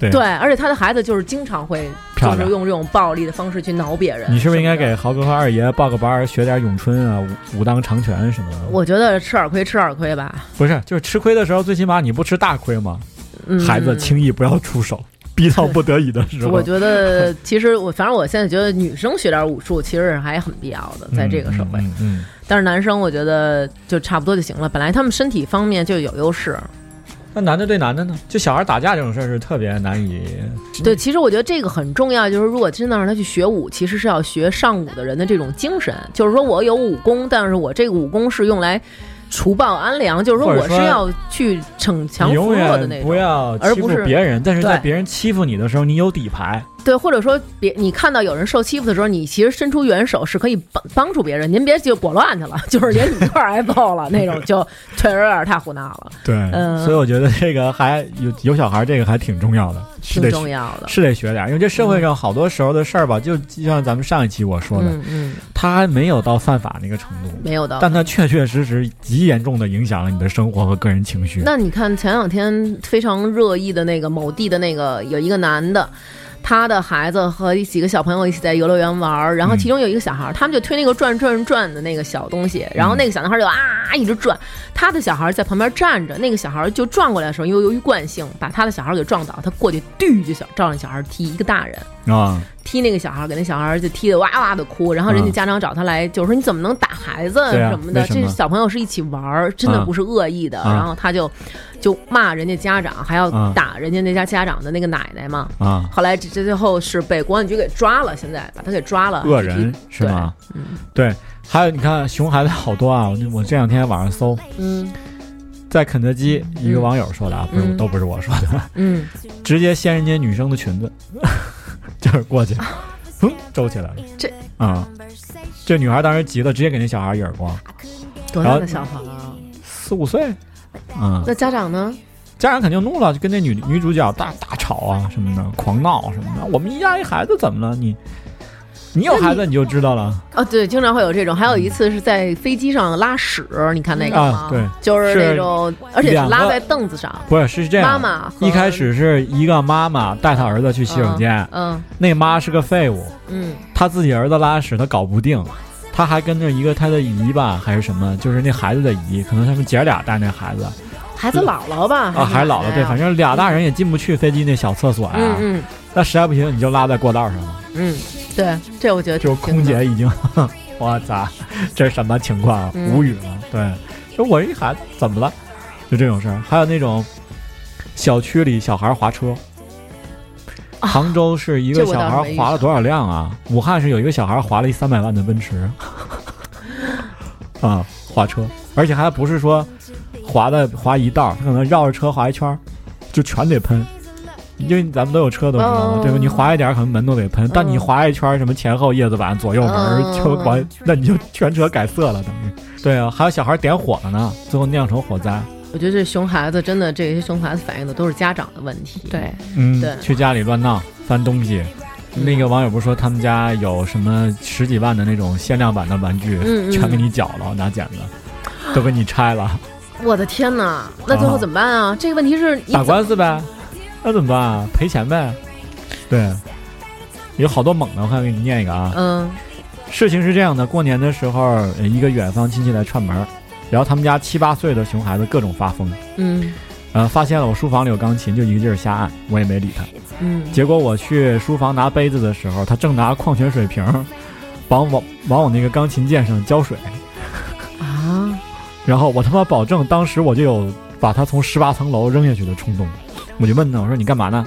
对，而且他的孩子就是经常会就
漂
是
亮
用这种暴力的方式去挠别人。
你是不是应该
什么的？
给豪哥和二爷报个班儿，学点咏春啊、武武当长拳什么的？
我觉得吃点亏吃点亏吧，
不是，就是吃亏的时候，最起码你不吃大亏嘛。
嗯、
孩子轻易不要出手， 逼到不得已的时候
我。觉得，其实我反正我现在觉得女生学点武术其实还很必要的，在这个社会。
嗯，嗯
但是男生我觉得就差不多就行了，本来他们身体方面就有优势。
嗯那男的对男的呢？就小孩打架这种事儿是特别难以
对，其实我觉得这个很重要，就是如果真的让他去学武，其实是要学上武的人的这种精神，就是说我有武功，但是我这个武功是用来除暴安良，就是说
或者
我是
说
要去逞强
你
扶
永
弱的那
远不
种。
要
而
欺
不
负
是
别人，但是在
对
别人欺负你的时候，你有底牌。
对，或者说别你看到有人受欺负的时候，你其实伸出援手是可以帮帮助别人，您别就裹乱去了， 就是人一块儿挨揍了那种，就确实有点太胡闹了，
对，
嗯
所以我觉得这个还有有小孩，这个还挺重要的， 是
挺
得
重要的。
是得学点儿，因为这社会上好多时候的事儿吧，就就像咱们上一期我说的，
嗯嗯，
他还没有到犯法那个程度，
没有的。
但它确确实实极严重的影响了你的生活和个人情绪。
那你看前两天非常热议的那个某地的那个有一个男的，他的孩子和几个小朋友一起在游乐园玩儿，然后
嗯
其中有一个小孩儿，他们就推那个转转转的那个小东西，然后那个小男孩就啊一直转，他的小孩在旁边站着，那个小孩就转过来的时候，因为由于惯性把他的小孩给撞倒，他过去嘟就想照那小孩踢一个大人。
啊，
踢那个小孩，给那小孩就踢得哇哇的哭，然后人家
嗯
家长找他来，就是说你怎么能打孩子
对啊
什么的？
为什
这
么
小朋友是一起玩儿，真的
啊
不是恶意的。
啊
然后他就就骂人家家长，还要
啊
打人家那家家长的那个奶奶嘛。
啊，
后来这这最后是被公安局给抓了，现在把他给抓了。
恶人是吗？
嗯
对，还有你看熊孩子好多啊，我就我这两天网上搜，
嗯
在肯德基一个网友说的啊，不是
嗯
都不是我说的，
嗯，
直接掀人家女生的裙子， 就是过去，哼，周起来了，
这
啊。这女孩当时急了，直接给那小孩一耳光，
多
然
大
后
的小孩啊？
四五岁，啊，
那家长呢？
家长肯定怒了，就跟那女女主角大大吵啊什么的，狂闹什么的。我们家一孩子怎么了？你你有孩子你就知道了。
哦，对，经常会有这种。还有一次是在飞机上拉屎，你看那个吗
啊？对，
就是那
是
种，而且是
两
拉
个
在凳子上。
不是是这
妈
样，
妈和
一开，始是一个妈妈带她儿子去洗手间，
嗯
那妈是个废物，
嗯，
她自己儿子拉屎她搞不定，她还跟着一个她的姨吧还是什么，就是那孩子的姨，可能他们姐儿俩带那孩
啊
子
孩子姥姥吧，
啊，还是姥姥对，啊反
正
正俩大人也进不去飞机那小厕所呀、
哎嗯嗯
那实在不行你就拉在过道上了。
嗯，对，这我觉得
就
挺
是空姐已经， 我操，这是什么情况？
嗯
无语了。对，说我一喊怎么了？就这种事儿，还有那种小区里小孩儿滑车，
惊
杭州是一个
啊这我
小
倒是
孩
没遇
划了多少辆啊？武汉是有一个小孩划了一三百万的奔 驰，啊，划车，而且还不是说划的划一道儿，他可能绕着车划一圈儿，就全得喷。因为咱们都有车都知
嗯
道嘛，对吧？你划一点儿可能门都得喷，
嗯
但你划一圈儿什么前后叶子板、左右门儿
嗯
就完，那你就全车改色了，等于。对啊，还有小孩点火了呢，最后酿成火灾。
我觉得这熊孩子真的，这些熊孩子反映的都是家长的问题。
对，
嗯
对，嗯
去家里乱闹翻东西。那个网友不是说他们家有什么十几万的那种限量版的玩具，
嗯嗯
全给你绞了，拿剪子都给你拆了，
我的天哪，那最后怎么办啊？这个问题是你
打
怎
官司呗，那怎么办啊？赔钱呗。对，有好多猛的，我看给你念一个啊。
嗯
事情是这样的，过年的时候，呃一个远方亲戚来串门儿，然后他们家七八岁的熊孩子各种发疯，
嗯
呃，发现了我书房里有钢琴，就一个劲儿瞎按，我也没理他。
嗯
结果我去书房拿杯子的时候，他正拿矿泉水瓶儿往我往我那个钢琴键上浇水，
啊，
然后我他妈保证当时我就有把他从十八层楼扔下去的冲动。我就问他，我说你干嘛呢？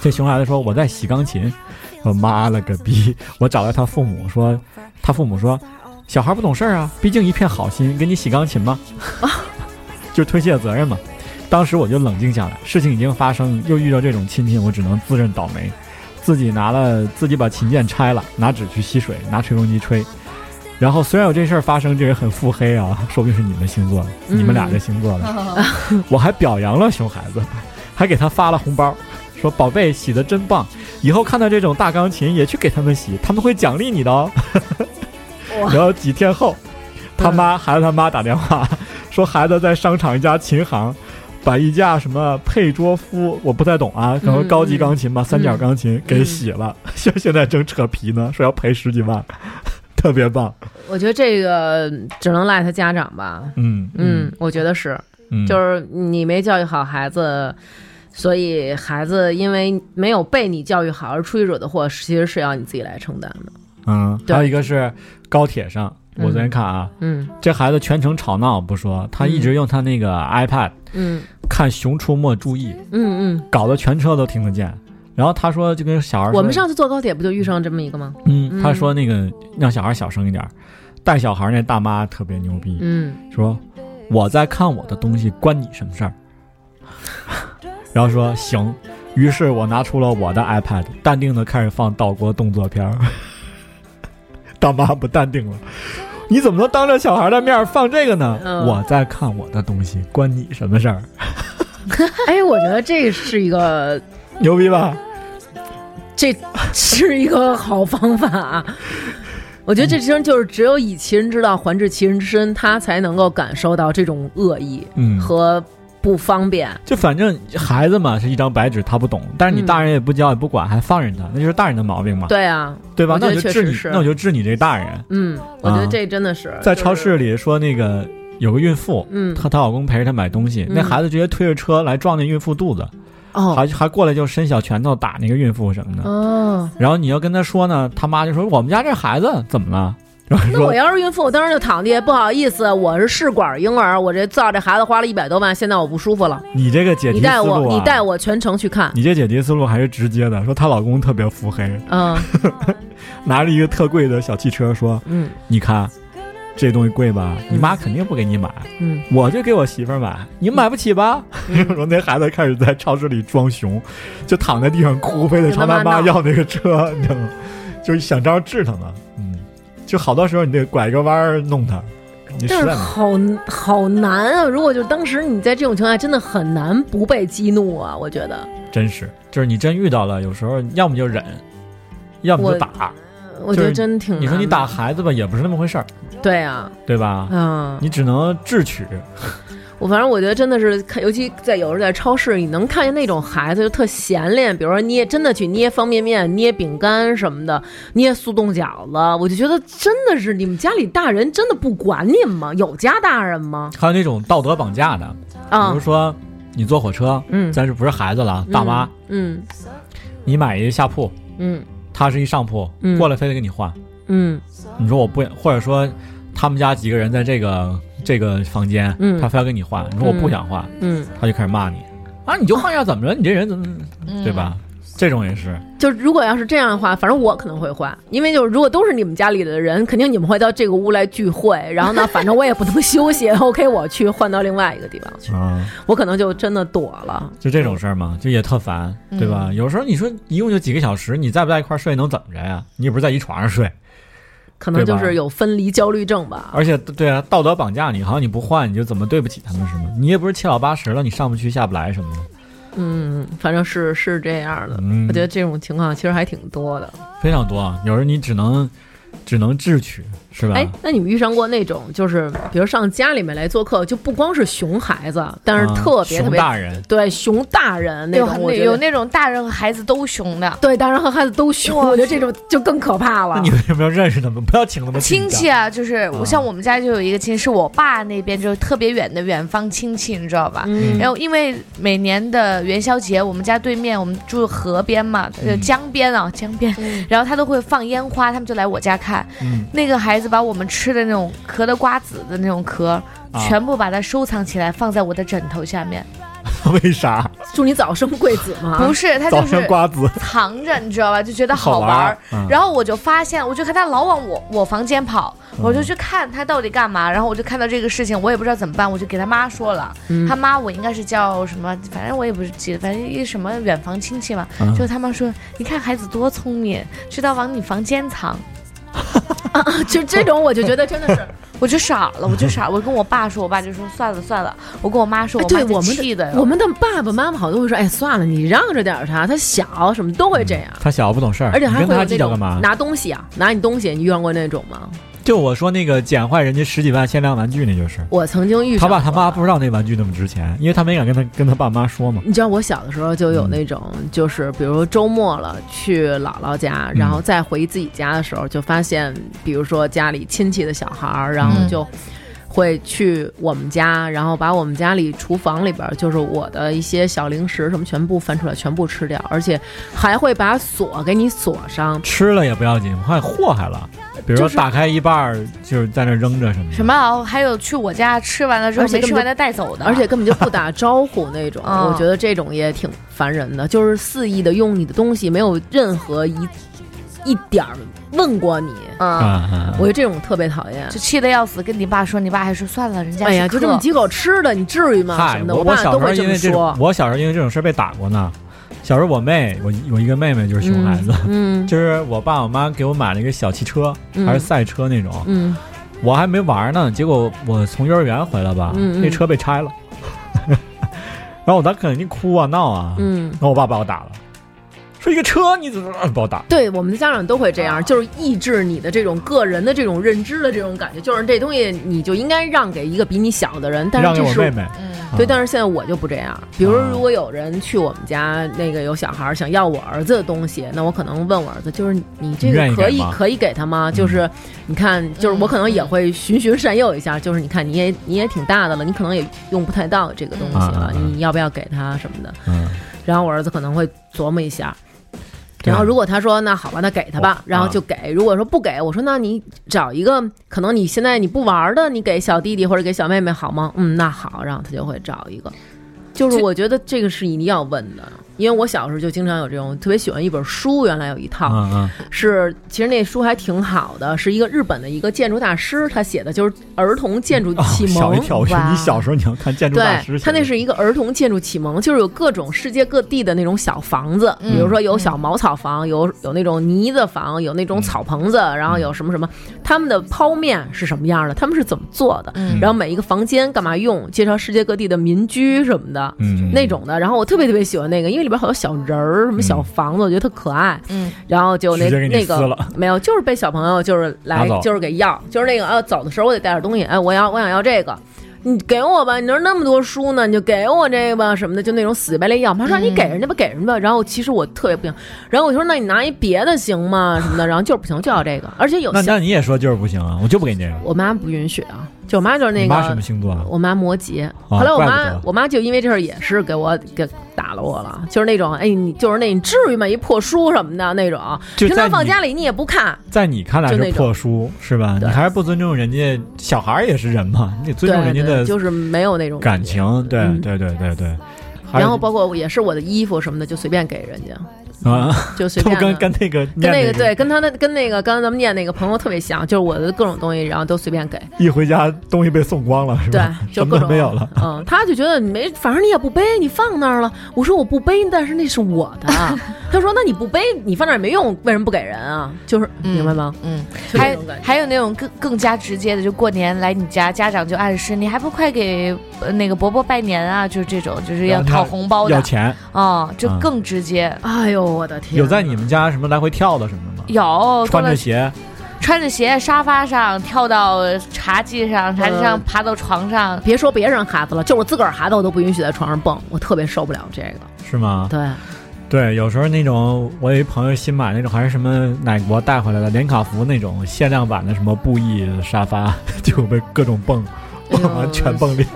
这熊孩子说我在洗钢琴。我妈了个逼！ 我找来他父母说，他父母说小孩不懂事儿啊，毕竟一片好心，给你洗钢琴嘛， 就是推卸责任嘛。当时我就冷静下来，事情已经发生，又遇到这种亲戚，我只能自认倒霉，自己拿了自己把琴键拆了，拿纸去吸水，拿吹风机吹。然后虽然有这事儿发生，这人很腹黑啊，说不定是你们星座的，你们俩这星座的，
嗯
我还表扬了熊孩子， 还给他发了红包，说宝贝洗的真棒，以后看到这种大钢琴也去给他们洗，他们会奖励你 的哦。然后几天后，
嗯
他妈孩子他妈打电话说孩子在商场一家琴行。把一架什么佩卓夫，我不太懂
嗯
啊，可能高级钢琴吧，三角钢琴给洗了， 现、现在正扯皮呢，说要赔十几万， 特别棒。
我觉得这个只能赖他家长吧。
嗯
嗯，我觉得是，
嗯，
就是你没教育好孩子，所以孩子因为没有被你教育好而出去惹的祸，其实是要你自己来承担的。
嗯，
对
还有一个是高铁上，我昨天看啊，
嗯
这孩子全程吵闹不说，他一直用他那个 iPad
嗯
看《熊出没》注意，
嗯嗯，
搞得全车都听得见。然后他说就跟小孩说，
我们上次坐高铁不就遇上这么一个吗？
嗯，
嗯
他说那个让小孩小声一点儿，带小孩那大妈特别牛逼，
嗯，
说我在看我的东西，关你什么事儿？然后说行，于是我拿出了我的 iPad，淡定的开始放岛国动作片儿。 大妈不淡定了，你怎么能当着小孩的面儿放这个呢？
嗯
我在看我的东西，关你什么事儿？
哎，我觉得这是一个，
牛逼吧？
这是一个好方法、啊。我觉得这其实就是只有以其人之道还治其人之身，他才能够感受到这种恶意
嗯，
和不方便。
就反正孩子嘛是一张白纸，他不懂，但是你
嗯
大人也不教也不管，还放任他，那就是大人的毛病嘛，
对啊，
对吧
我？觉
那
得
我
确
就治
实
你，
是
那我就治你这大人。
嗯，我觉得
啊
这真的是、
在
就是
超市，里说那个有个孕妇，
嗯，
她她老公陪着她买东西，
嗯
那孩子直接推着车来撞那孕妇肚子，
哦
还还过来就伸小拳头打那个孕妇什么的。
哦，
然后你要跟她说呢，她妈就说我们家这孩子怎么了？然后
那我
说
要是孕妇，我当时就躺地，不好意思，我是试管婴儿，我这造这孩子花了一百多万，现在我不舒服了，
你这个解
你
题思
带我，
路啊，
你带我全程去看，
你这解题思路还是直接的，说她老公特别腹黑，
嗯
拿着一个特贵的小汽车说，
嗯
你看。这东西贵吧？你妈肯定不给你买，
嗯，
我就给我媳妇儿买，你买不起吧？ 然后那孩子开始在超市里装熊，就躺在地上哭，非得朝他妈要那个车，你知道吗？就是想招治他呢。嗯，就好多时候你得拐个弯儿弄他，你实
但是
在没
好好难啊！如果就当时你在这种情况下，真的很难不被激怒啊！我觉得，
真是，就是你真遇到了，有时候要么就忍，要么就打。
我觉得真挺难的
你说你打孩子吧，也不是那么回事儿，
对啊，
对吧？
嗯，
你只能智取。
我反正我觉得真的是看，尤其在有时候在超市，你能看见那种孩子就特闲练，比如说捏真的去捏方便面、捏饼干什么的，捏速冻饺子，我就觉得真的是你们家里大人真的不管你们吗？有家大人吗？
还有那种道德绑架的，比
啊
如，说你坐火车，
嗯
咱是不是孩子了，大妈，
嗯
你买一下铺，
嗯
他是一上铺，
嗯
过来非得给你换。
嗯
你说我不，或者说他们家几个人在这个这个房间，
嗯
他非要跟你换，你说我不想换，
嗯，
他就开始骂你啊，你就换一下怎么着？你这人怎么、对吧？这种也是，
就如果要是这样的话，反正我可能会换，因为就是如果都是你们家里的人，肯定你们会到这个屋来聚会。然后呢，反正我也不能休 息，OK，我去换到另外一个地方去，
啊，
我可能就真的躲了。
就这种事儿嘛，就也特烦，
嗯
对吧？有时候你说一共就几个小时，你在不在一块儿睡能怎么着呀？你也不是在一床上睡，
啊可能就
对吧
是有分离焦虑症吧。
而且对啊，道德绑架你，好像你不换你就怎么对不起他们是吗？你也不是七老八十了，你上不去下不来什么的，
嗯，反正是是这样的。
嗯
我觉得这种情况其实还挺多的。
非常多啊。有时候你只能只能智取，是吧？
哎，那你们遇上过那种就是，比如上家里面来做客，就不光是熊孩子，但是
啊
特别、
熊
特别
大人，
对熊大人那
有
种，我
很
觉
有
得
那种大人和孩子都凶的
对大人和孩子都熊，我觉得这种就更可怕了
那。你为什么要认识他们？不要请他们进
亲
家
戚啊，就是
啊
我像我们家就有一个亲戚，是我爸那边就是特别远的远方亲戚，你知道吧？
嗯
然后因为每年的元宵节，我们家对面我们住河边嘛，呃
嗯
江边啊，江边，然后他都会放烟花，他们就来我家看。
嗯
那个孩子把我们吃的那种壳的瓜子的那种壳，
啊
全部把它收藏起来，放在我的枕头下面。
为啥？
祝你早生贵子
啊
嘛！
不是，他
早
就
生
是
瓜子，
藏着，你知道吧？就觉得好玩
玩
儿
儿。。嗯
然后我就发现，我就看他老往我我房间跑，我就去看他到底干嘛。然后我就看到这个事情，我也不知道怎么办，我就给他妈说了。
嗯
他妈我应该是叫什么，反正我也不是记得，反正一什么远房亲戚嘛。
嗯
就他妈说，你看孩子多聪明，知道往你房间藏。
就这种，我就觉得真的 是，
我就傻了，我就傻了，我跟我爸说，我爸就说算了算了，我跟我妈说，
哎
我
对
妈就
我们的
气的，
我们的爸爸妈妈好多会说，哎，算了，你让着点儿他，他小，什么都会这样。
嗯他小不懂事儿，
而且还
你
会有
跟他
那
计较
种
干嘛？
拿东西啊，拿你东西，你遇上过那种吗？
就我说那个捡坏人家十几万限量玩具那就是，
我曾经遇
他
上
爸他
过
妈不知道那玩具那么值钱，因为他没敢跟他跟他爸妈说嘛。
你知道我小的时候就有那种，就是比如说周末了去姥姥家，然后再回自己家的时候，就发现，比如说家里亲戚的小孩儿，然后就会去我们家，然后把我们家里厨房里边儿就是我的一些小零食什么全部翻出来，全部吃掉，而且还会把锁给你锁上。
吃了也不要紧，怕祸害了。比如说打开一半儿就是在那扔着什么的。
什么啊，还有去我家吃完了之后
而且
没
根本
吃
就
完的带走的，
而且根本就不打招呼那种，
嗯
我觉得这种也挺烦人的，就是肆意的用你的东西，没有任何一一点儿问过你，
嗯，
啊？嗯
我觉得这种特别讨厌。
就气得要死，跟你爸说，你爸还说算了，人家
哎呀，
是
就
客
这么几口吃的，你至于吗？什
嗨，
么的，
我
爸
小
都
时候
会这
因
么
为这种
说，。
我小时候因为这种事儿被打过呢。小时候我妹，我有一个妹妹就是熊孩子，
嗯
就是我爸我妈给我买了一个小汽车，
嗯
还是赛车那种，
嗯，
我还没玩呢，结果我从幼儿园回来吧，
嗯嗯
那车被拆了， 然后我当时肯定哭啊闹啊，
嗯
然后我爸把我打了，说一个车你怎么呃把我打？
对，我们的家长都会这样，就是抑制你的这种个人的这种认知的这种感觉，就是这东西你就应该让给一个比你小的人，但
让
是
给
这
我
是
妹妹，
嗯，
对，
啊
但是现在我就不这样。比如
啊
如果有人去我们家，那个有小孩儿想要我儿子的东西，那我可能问我儿子，就是你你这
愿
个可以
意给吗嗯
可以给他吗？就是你看，就是我可能也会循循善诱一下，就是你看你也你也挺大的了，你可能也用不太到这个东西了，
嗯啊
你要不要给他什么的？
嗯，
然后我儿子可能会琢磨一下。
对啊
然后如果他说那好吧，那给他吧，
我
然后就给。如果说不给，我说那你找一个可能你现在你不玩的，你给小弟弟或者给小妹妹好吗？嗯，那好，然后他就会找一个。就是
这
我觉得这个是一定要问的，因为我小时候就经常有这种特别喜欢一本书，原来有一套，
嗯嗯，
是，其实那书还挺好的，是一个日本的一个建筑大师他写的，就是儿童建筑
啊
启
吓我
蒙。
一跳，我说
哇
你小时候你要看建筑大师
对，
写的，
他那是一个儿童建筑启蒙，就是有各种世界各地的那种小房子，比如说有小茅草房，有有那种泥子房，有那
嗯
种草棚子，然后有什么什么，他们的剖面是什么样的，他们是怎么做的，
嗯
然后每一个房间干嘛用，介绍世界各地的民居什么的。
嗯
那种的，然后我特别特别喜欢那个，因为里边好多小人儿，什么小房子，我觉得特可爱。
嗯，
然后就那
直接给你
那
撕
个
了
没有，就是被小朋友就是来
拿走
就是给要，就是那个啊，走的时候我得带点东西，哎，我要我想要这个。你给我吧，你那儿那么多书呢，你就给我这个吧，什么的，就那种死乞白赖要。妈说你给人家吧，给人家吧。然后其实我特别不想，然后我就说那你拿一别的行吗？什么的，然后就是不行，就要这个。而且有
那
小
那你也说就是不行啊，我就不给你这个。
我妈不允许啊，就我妈就是那
你
个
妈什么星座啊？
我妈摩羯，后来我
怪不
妈
得
我妈就因为这事儿也是给我给打了我了，就是那种哎你就是那你至于吗？一破书什么的那种，
就
平常
在
放
你
家里你也不看，
在你看来
就那
是破书是吧？你
对
还是不尊重人家，小孩儿也是人嘛，你得尊重
对
人家
对
的
就是没有那种
感。情。对
嗯
对对对对。还有
然后包括也是我的衣服什么的，就随便给人家，
啊，
就随
他不
便
跟
的。
跟那个
跟
念
那
那
个对，跟他那跟那个刚才咱们念那个朋友特别像，就是我的各种东西，然后都随便给，
一回家东西被送光了，是
对
吧？，
就
什
各种
么都没有了。
嗯，他就觉得你没，反正你也不背，你放那儿了。我说我不背，但是那是我的。啊 他说那你不背，你放那儿也没用，为什么不给人啊？就是
嗯
明白吗？
嗯，
就
还
这种感觉
还有那种更更加直接的，就过年来你家，家长就暗示你还不快给呃那个伯伯拜年啊，就是这种，就是要
然后
讨
他
红包
要
的
钱，
啊，就
嗯
更直接。
哎呦我的天！
有在你们家什么来回跳的什么的吗？
有
穿着
跟我
鞋，
穿着鞋，沙发上跳到茶几上，茶几上
嗯
爬到床上，
别说别人孩子了，就我自个儿孩子，我都不允许在床上蹦，我特别受不了这个。
是吗？
对，
对，有时候那种我有一朋友新买那种还是什么奶国带回来的连卡服那种限量版的什么布艺沙发， 结果被各种蹦，
哎
蹦 完全蹦裂。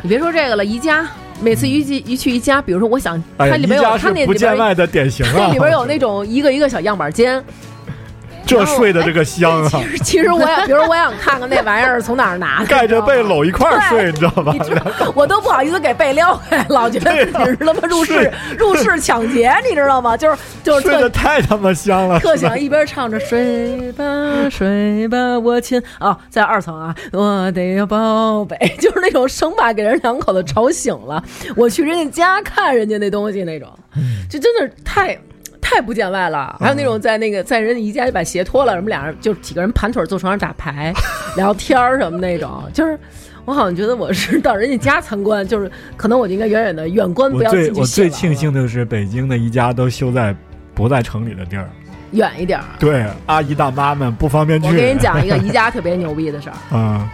你别说这个了，宜家每次一去一去宜家，比如说我想，
哎呀，
它里
宜
边有
家
它
是
那
不
里
见
边。
外的典型啊！
它里边有那种一个一个小样板间，
这睡的这个香啊，
其实我也，比如我想看看那玩意儿从哪儿拿的，
盖着被搂一块儿睡，你知道吧
你？知道， 我都不好意思给被撩开， 老觉得自己是他妈入室入室抢劫，你知道吗？就是就是
睡
特
得太他妈香了，
特想一边唱着睡吧睡吧，我亲啊，在二层啊，我的宝贝， 就是那种生怕给人两口子吵醒了，我去人家家看人家那东西那种，
嗯
就真的是太。太不见外
啊
了，还有那种在那个在人家宜家就把鞋脱了，什么俩人就几个人盘腿坐床上打牌、 聊天儿什么那种，就是我好像觉得我是到人家家参观，就是可能我就应该远远的远观，不
我
要
最
进去
我
细
最庆
玩了
幸的是，北京的宜家都修在不在城里的地儿。
远一点儿。
对，阿姨大妈们不方便去。
我给你讲一个宜家特别牛逼的事儿，
啊，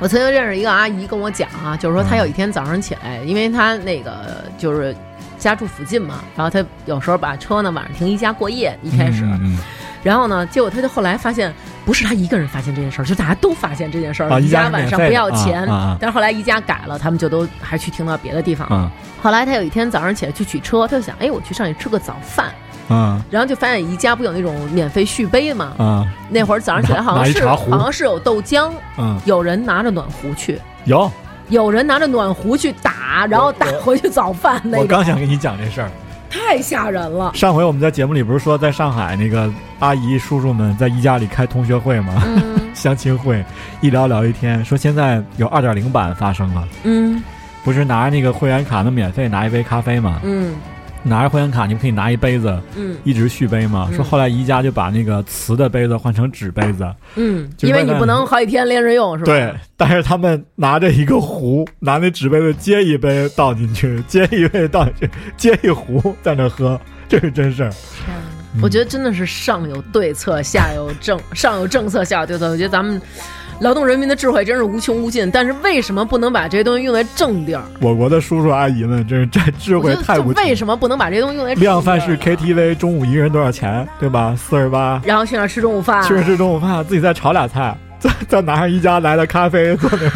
我曾经认识一个阿姨跟我讲啊，就是说
嗯
她有一天早上起来，因为她那个就是家住附近嘛，然后她有时候把车呢晚上停宜家过夜，一开始，
嗯嗯
然后呢，结果她就后来发现，不是她一个人发现这件事儿，就大家都发现这件事儿了，
啊
宜
宜家是
晚
免
上
费
不
的
要
啊
钱，
啊啊
但是后来宜家改了，他们就都还去停到别的地方。
嗯
后来她有一天早上起来去取车，她就想，哎，我去上去吃个早饭，
嗯
然后就发现宜家不有那种免费续杯嘛，
嗯
那会儿早上起来好像
拿拿一
是
茶壶
好像是有豆浆，
嗯，
有人拿着暖壶去。
有。
有人拿着暖壶去打，然后打回去早饭那
我
种，
刚想跟你讲这事儿，
太吓人了。
上回我们在节目里不是说在上海那个阿姨叔叔们在宜家里开同学会吗？
嗯
相亲会，一聊聊一天，说现在有二点零版发生了，
嗯
不是拿那个会员卡能免费拿一杯咖啡吗？
嗯
拿着会员卡你们可以拿一杯子
嗯
一直续杯吗？
嗯
说后来宜家就把那个瓷的杯子换成纸杯子，
嗯，
就是
因为
外
你
卖
不能好几天连着用，是吧？
对，但是他们拿着一个壶，拿那纸杯子接一杯倒进去，接一杯倒进去，接一壶在那喝，这是真事儿。
嗯
嗯
我觉得真的是上有对策，下有政， 上有政策，下有对策。我觉得咱们劳动人民的智慧真是无穷无尽，但是为什么不能把这些东西用在正地儿？
我国的叔叔阿姨们，真是这智
我
慧
觉得
太
就
无
为
穷。
什么不能把这些东西用在正地儿啊
量贩式 KTV 中午一个人多少钱？对吧？四十八，
然后去那儿吃中午饭，啊
去吃中午饭，自己再炒俩菜，再再拿上宜家来的咖啡，坐那儿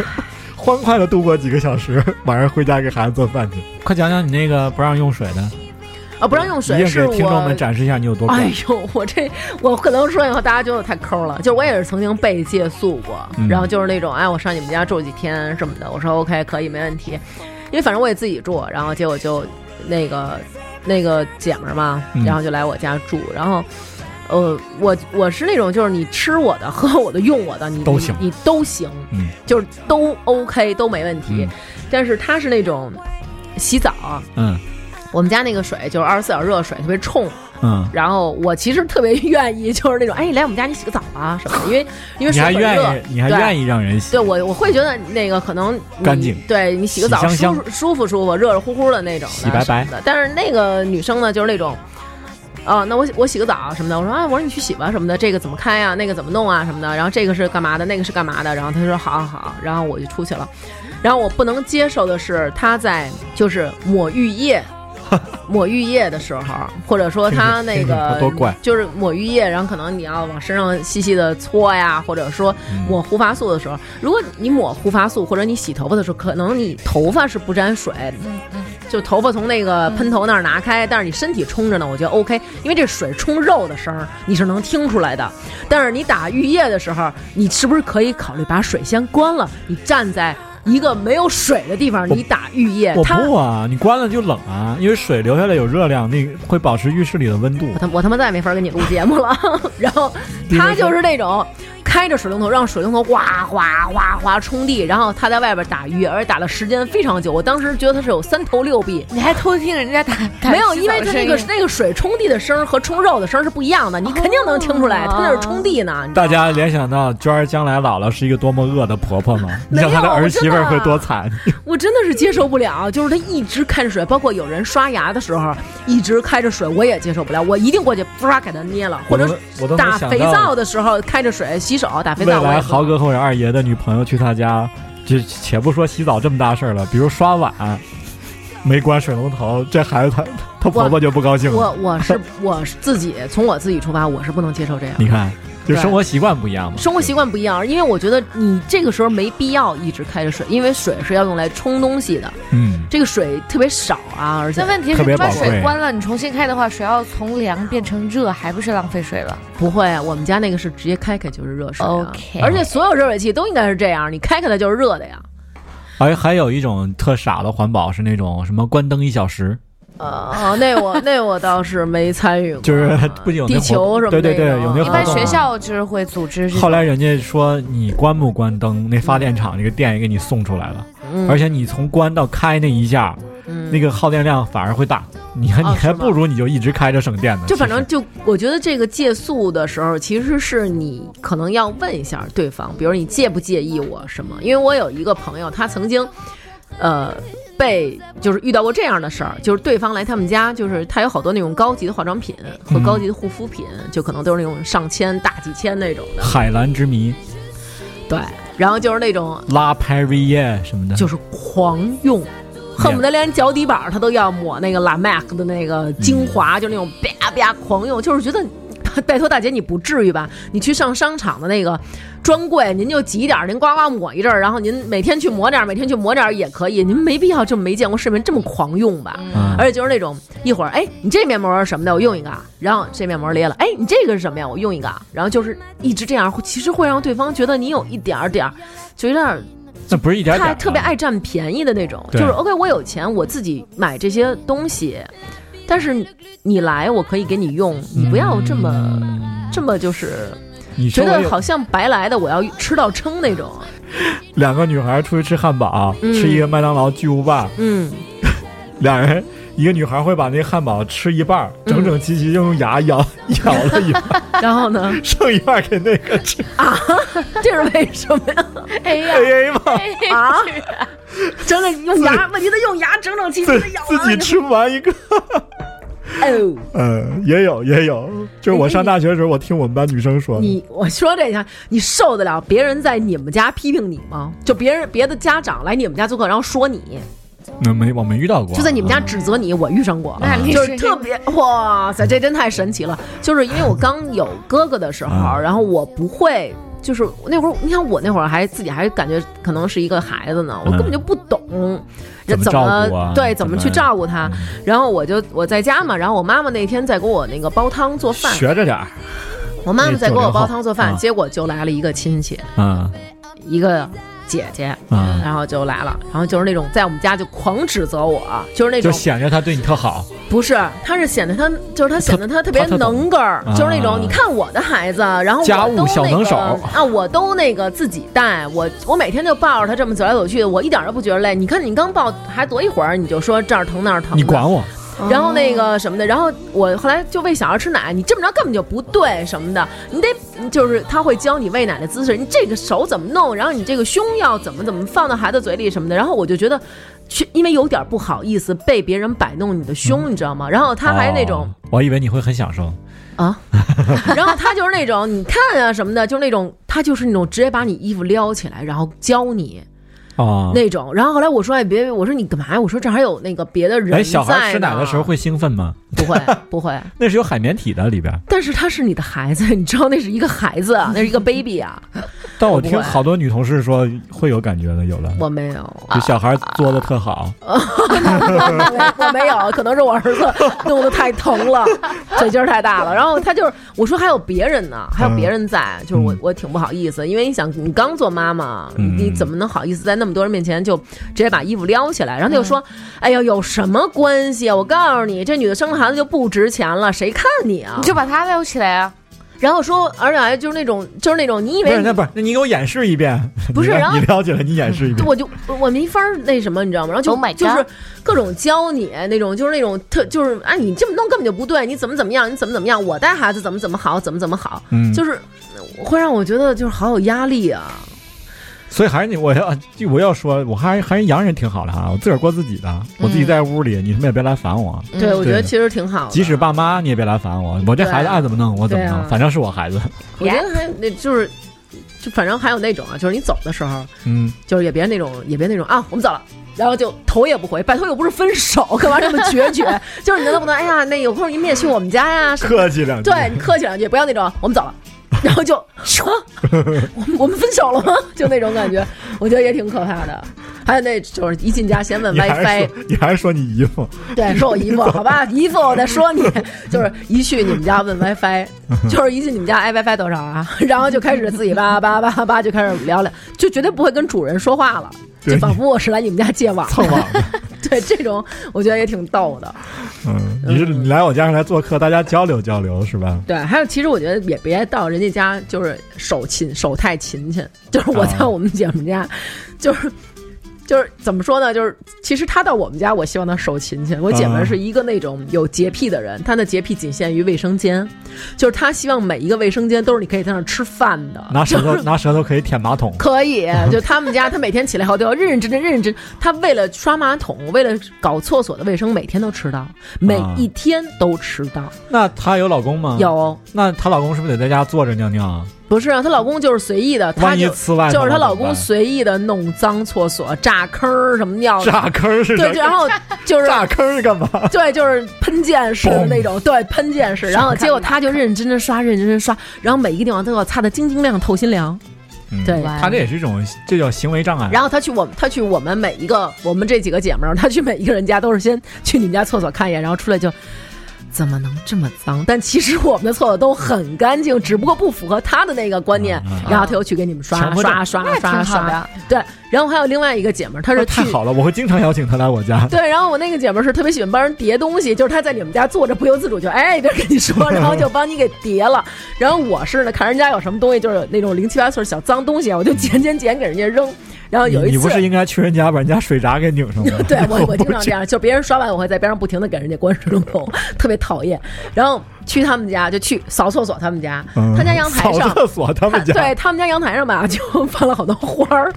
欢快的度过几个小时，晚上回家给孩子做饭去。快讲讲你那个不让用水的，
啊，不让用水，是我
展示一下你有多
哎呦，我这我可能说以后大家觉得我太抠了，就是我也是曾经被借宿过，
嗯
然后就是那种哎，我上你们家住几天什么的，我说 OK 可以没问题，因为反正我也自己住，然后结果就那个那个姐们儿嘛，
嗯
然后就来我家住，然后。呃，我我是那种，就是你吃我的、喝我的、用我的，你
都行
你你都行，
嗯
就是都 OK，都没问题。
嗯
但是她是那种洗澡，
嗯
我们家那个水就是二十四小时热水，特别冲，
嗯，
然后我其实特别愿意，就是那种，哎，你来我们家你洗个澡吧什么的，因为哎因为
你
水
还
很热，
愿意，你还
对
愿意让人洗
对我我会觉得那个可能你
干净，
对你洗个澡
洗香香
舒服舒服舒服，热热乎乎的那种的，
洗白白
什么的。但是那个女生呢，就是那种。哦，那我洗我洗个澡什么的，我说啊，我说你去洗吧什么的，这个怎么开呀、那个怎么弄啊什么的，然后这个是干嘛的，那个是干嘛的，然后她说好好好，然后我就出去了，然后我不能接受的是她在就是抹浴 液，抹浴液的时候，或者说她那
听着
个
她多怪
就是抹浴液，然后可能你要往身上细细的搓呀，或者说
嗯
抹护发素的时候，如果你抹护发素或者你洗头发的时候，可能你头发是不沾水，
嗯
就头发从那个喷头那儿拿开，但是你身体冲着呢，我觉得 OK，因为这水冲肉的声儿你是能听出来的。但是你打浴液的时候，你是不是可以考虑把水先关了？你站在一个没有水的地方，
我
你打浴液
我，
它
不啊，你关了就冷啊，因为水流下来有热量，那个会保持浴室里的温度
我。他我他妈再也没法跟你录节目了。 然后他就是那种开着水龙头，让水龙头哗哗哗哗冲地，然后他在外边打鱼，而且打的时间非常久。我当时觉得他是有三头六臂。
你还偷听人家 打打
没有，
洗
因为
澡
他
声
那个
音
那个水冲地的声儿和冲肉的声儿是不一样的，你肯定能听出来，他那是冲地呢。你知道
哦大
吗
家联想到娟儿将来老了是一个多么恶的婆婆吗？你
没有
想她的儿媳妇儿会多惨？
我真的是接受不了，就是他一直开着水，包括有人刷牙的时候一直开着水，我也接受不了，我一定过去唰给他捏了，或者
我都我都能
打
想
肥
到
皂的时候开着水洗手，打肥
未
皂我也
来
不
豪哥或者二爷的女朋友去他家，就且不说洗澡这么大事儿了，比如刷碗，没关水龙头，这孩子他他婆婆就不高兴了。
我我 是我是自己从我自己出发，我是不能接受这样。
你看，就
对
生活习惯不一样嘛。
生活习惯不一样，因为我觉得你这个时候没必要一直开着水，因为水是要用来冲东西的，
嗯，
这个水特别少啊，而且
那问题
特
是，
别
你把
宝贵
水关了，你重新开的话，水要从凉变成热，还不是浪费水了？
不会，我们家那个是直接开开就是热水、啊。
OK
而且所有热水器都应该是这样，你开开它就是热的呀。
还还有一种特傻的环保是那种什么关灯一小时，
哦
呃，那我那我倒是没参与过，
就是不仅有那
地
活
球什么
对对
那个
对有那
一
活
般
动啊
学校就是会组织这种。
后来人家说你关不关灯，那发电厂那个电也给你送出来了，
嗯
而且你从关到开那一下，
嗯
那个耗电量反而会大。你还、
哦
你还
是吗
不如你就一直开着省电呢。
就反
其实
正就，我觉得这个借宿的时候，其实是你可能要问一下对方，比如你介不介意我什么？因为我有一个朋友，他曾经，呃，被就是遇到过这样的事儿，就是对方来他们家，就是他有好多那种高级的化妆品和高级的护肤品，就可能都是那种上千、大几千那种的，
海蓝之谜、
对，然后就是那种
拉 Perrier 什么的，
就是狂用。恨不得连脚底板儿他都要抹那个 La Mac 的那个精华，就那种啪啪狂用，就是觉得，拜托大姐你不至于吧？你去上商场的那个专柜，您就挤点儿，您呱呱抹一阵儿，然后您每天去抹点儿，每天去抹点儿也可以，您没必要这么没见过世面这么狂用吧？
嗯
而且就是那种一会儿，哎，你这面膜是什么的，我用一个啊，然后这面膜裂了，哎，你这个是什么呀，我用一个啊，然后就是一直这样，会其实会让对方觉得你有一点儿点儿，就有点儿
那不是一点点
他
儿
特别
啊
爱占便宜的那种，就
对
是 OK，我有钱，我自己买这些东西，但是你来我可以给你用，你不要这么、这么就是
嗯你
觉
说我
得
有
好像白来的，我要吃到撑那种。
两个女孩出去吃汉堡，
嗯
吃一个麦当劳巨无霸，
嗯，
俩人一个女孩会把那汉堡吃一半儿，
嗯
整整齐齐用牙咬咬了一半儿，
然后呢？
剩一半儿给那个 吃
这是为什么呀？
哎呀，
AA 嘛，
啊，整整用牙，问题他用牙整整齐齐
自
的咬
自己
完。
吃不完一个。
哦，
嗯，也有也有，就是我上大学的时候，我听我们班女生说
哦
的，
你我说这一下，你受得了别人在你们家批评你吗？就别人别的家长来你们家做客，然后说你，
那没我没遇到过，嗯
就在你们家指责你，我遇上过，
那你
就是是特别哇塞，这真太神奇了！就是因为我刚有哥哥的时候，
啊
然后我不会，就是那会儿，你看我那会儿还自己还感觉可能是一个孩子呢，我根本就不懂。
嗯怎么
怎么
照顾啊嗯
对
怎
怎
么
么去照顾他？然后我就我在家嘛，然后我妈妈那天在给我那个煲汤做饭，
学着点儿，
我妈妈在给
那
我
九零后
煲汤做饭，
啊
结果就来了一个亲戚，
嗯
一个姐姐，
嗯，
然后就来了，然后就是那种在我们家就狂指责我，啊就是那
就
种
显着他对你特好，
不是，他是显得他就是他显得他特别
他懂
能干儿
啊，
就是那种你看我的孩子，然后我
家务
都那
小能
个
手
啊，我都那个自己带，我我每天就抱着他这么走来走去，我一点都不觉得累。你看你刚抱还多一会儿，你就说这儿疼那儿疼的，
你管我，
嗯
然后那个什么的，然后我后来就喂小孩吃奶，你这么着根本就不对什么的，你得就是他会教你喂奶的姿势，你这个手怎么弄，然后你这个胸要怎么怎么放到孩子嘴里什么的，然后我就觉得，去因为有点不好意思被别人摆弄你的
嗯
胸，你知道吗？然后他还那种
哦，，我以为你会很享受，
啊，
哦
然后他就是那种你看啊什么的，就是那种他就是那种直接把你衣服撩起来，然后教你
哦，
那种，然后后来我说哎别，我说你干嘛呀？我说这还有那个别的人在
哎，小孩吃奶
呢
的时候会兴奋吗？
不会不会。
那是有海绵体的里边儿，
但是他是你的孩子，你知道那是一个孩子啊，那是一个 baby 啊，
但我
不
听
会
好多女同事说会有感觉的，有的，
我没有，
就小孩做的特好，
我 我没有，可能是我儿子 弄得太疼 了，嘴劲儿太大了。然后他就是我说还有别人呢，还有别人在，就是我
嗯
我挺不好意思，因为你想你刚做妈妈，
嗯
你怎么能好意思在那么多人面前就直接把衣服撩起来？然后他就说：“
嗯
哎呀，有什么关系啊？我告诉你，这女的生了孩子就不值钱了，谁看你啊
你就把它撩起来啊！？”
然后说，而且还就是那种就是那种，你以
不是
为
那不是，那你给我演示一遍，
不是
你
然后
你了解了，你演示一遍，
我就我没法儿那什么，你知道吗？然后就、
Oh my god
就是各种教你那种，就是那种特就是啊，你这么弄根本就不对，你怎么怎么样，你怎么怎么样，我带孩子怎么怎么好，怎么怎么好，
嗯，
就是会让我觉得就是好有压力啊。
所以还是你，我要我要说，我还还是洋人挺好的哈，我自个儿过自己
嗯
的，我自己在屋里，你他妈也别来烦我，
嗯
对，我觉得
对
其实挺好的。
即使爸妈你也别来烦我，我这孩子
对啊
爱怎么弄我怎么
对啊
弄，反正是我孩子，
我觉得还那就是就反正还有那种啊，就是你走的时候，
嗯，
就是也别那种也别那种啊，我们走了。然后就头也不回，拜托又不是分手，干嘛这么决绝？ 就是你能不能哎呀，那有空您也去我们家呀什么的
客气两句，
对你客气两句，不要那种我们 走了，然后就啊，我们我们分手了吗？ 就那种感觉，我觉得也挺可怕的。还有那就是一进家先问
你还
WiFi，
是说你还是说你 姨夫，
对，说我姨夫，好吧，姨夫我再说你，就是一去你们家问 WiFi，就是一进你们家哎 WiFi 多少啊， 然后就开始自己叭叭叭叭叭就开始聊聊，就绝对不会跟主人说话了，
对
就仿佛我是来你们家借网，
蹭网的，
对这种我觉得也挺逗的。
嗯，你是你来我家上来做客，大家交流交流是吧？
对，还有其实我觉得也别到人家家就是手勤手太勤勤，就是我在
啊
我们姐们家，就是。就是怎么说呢？就是其实他到我们家，我希望他手勤勤。我姐们
啊
儿是一个那种有洁癖的人，她的洁癖仅限于卫生间，就是她希望每一个卫生间都是你可以在那儿吃饭的，
拿
就
舌 头拿舌头可以舔马桶，
可以，就他们家，他每天起来后都要认认真真、认认真。他为了刷马桶，为了搞厕所的卫生，每天都迟到，每
啊
一天都迟到。
那她有老公吗？，
有
那她老公是不是得在家坐着尿尿啊？
不是啊，她老公就是随意的，她
万一
就
呲外头了怎
就
么办，
是她老公随意的弄脏厕所、炸坑儿什么尿，
炸坑是
对，就然 后就是
炸坑是干嘛？
对，就是喷溅式的那种，对，喷溅式。然后结果她就认认真真刷，认认真真刷，然后每一个地方都要擦的晶晶亮、透心凉。
嗯
对
他这也是一种，这叫行为障碍。
然后她去我们，她去我们每一个，我们这几个姐们儿，她去每一个人家都是先去你们家厕所看一眼，然后出来就。怎么能这么脏？但其实我们的厕所都很干净，只不过不符合她的那个观念。
嗯嗯
然后她又去给你们刷
强迫症
刷刷
那
刷
挺好
刷，
的，
对，然后还有另外一个姐们儿，她
那
是去
哦太。好了，我会经常邀请他来我家。
对，然后我那个姐们儿是特别喜欢帮人叠东西，就是她在你们家坐着不由自主就哎边跟你 说，然后就帮你给叠了。然后我是呢，看人家有什么东西，就是有那种零七八碎儿小脏东西啊，我就捡捡捡给人家扔。然后有
你
一
你不
次，？
是应该去人家把人家水闸给拧上吗
对我我
不
经常这样，就别人刷碗，我会在边上不停的给人家关水龙头，特别讨厌。然后去他们家就去扫厕所，他们家，
嗯
他家阳台
扫
上
厕所，他
他
们家
对他们家阳台上吧， 就放了好多花儿。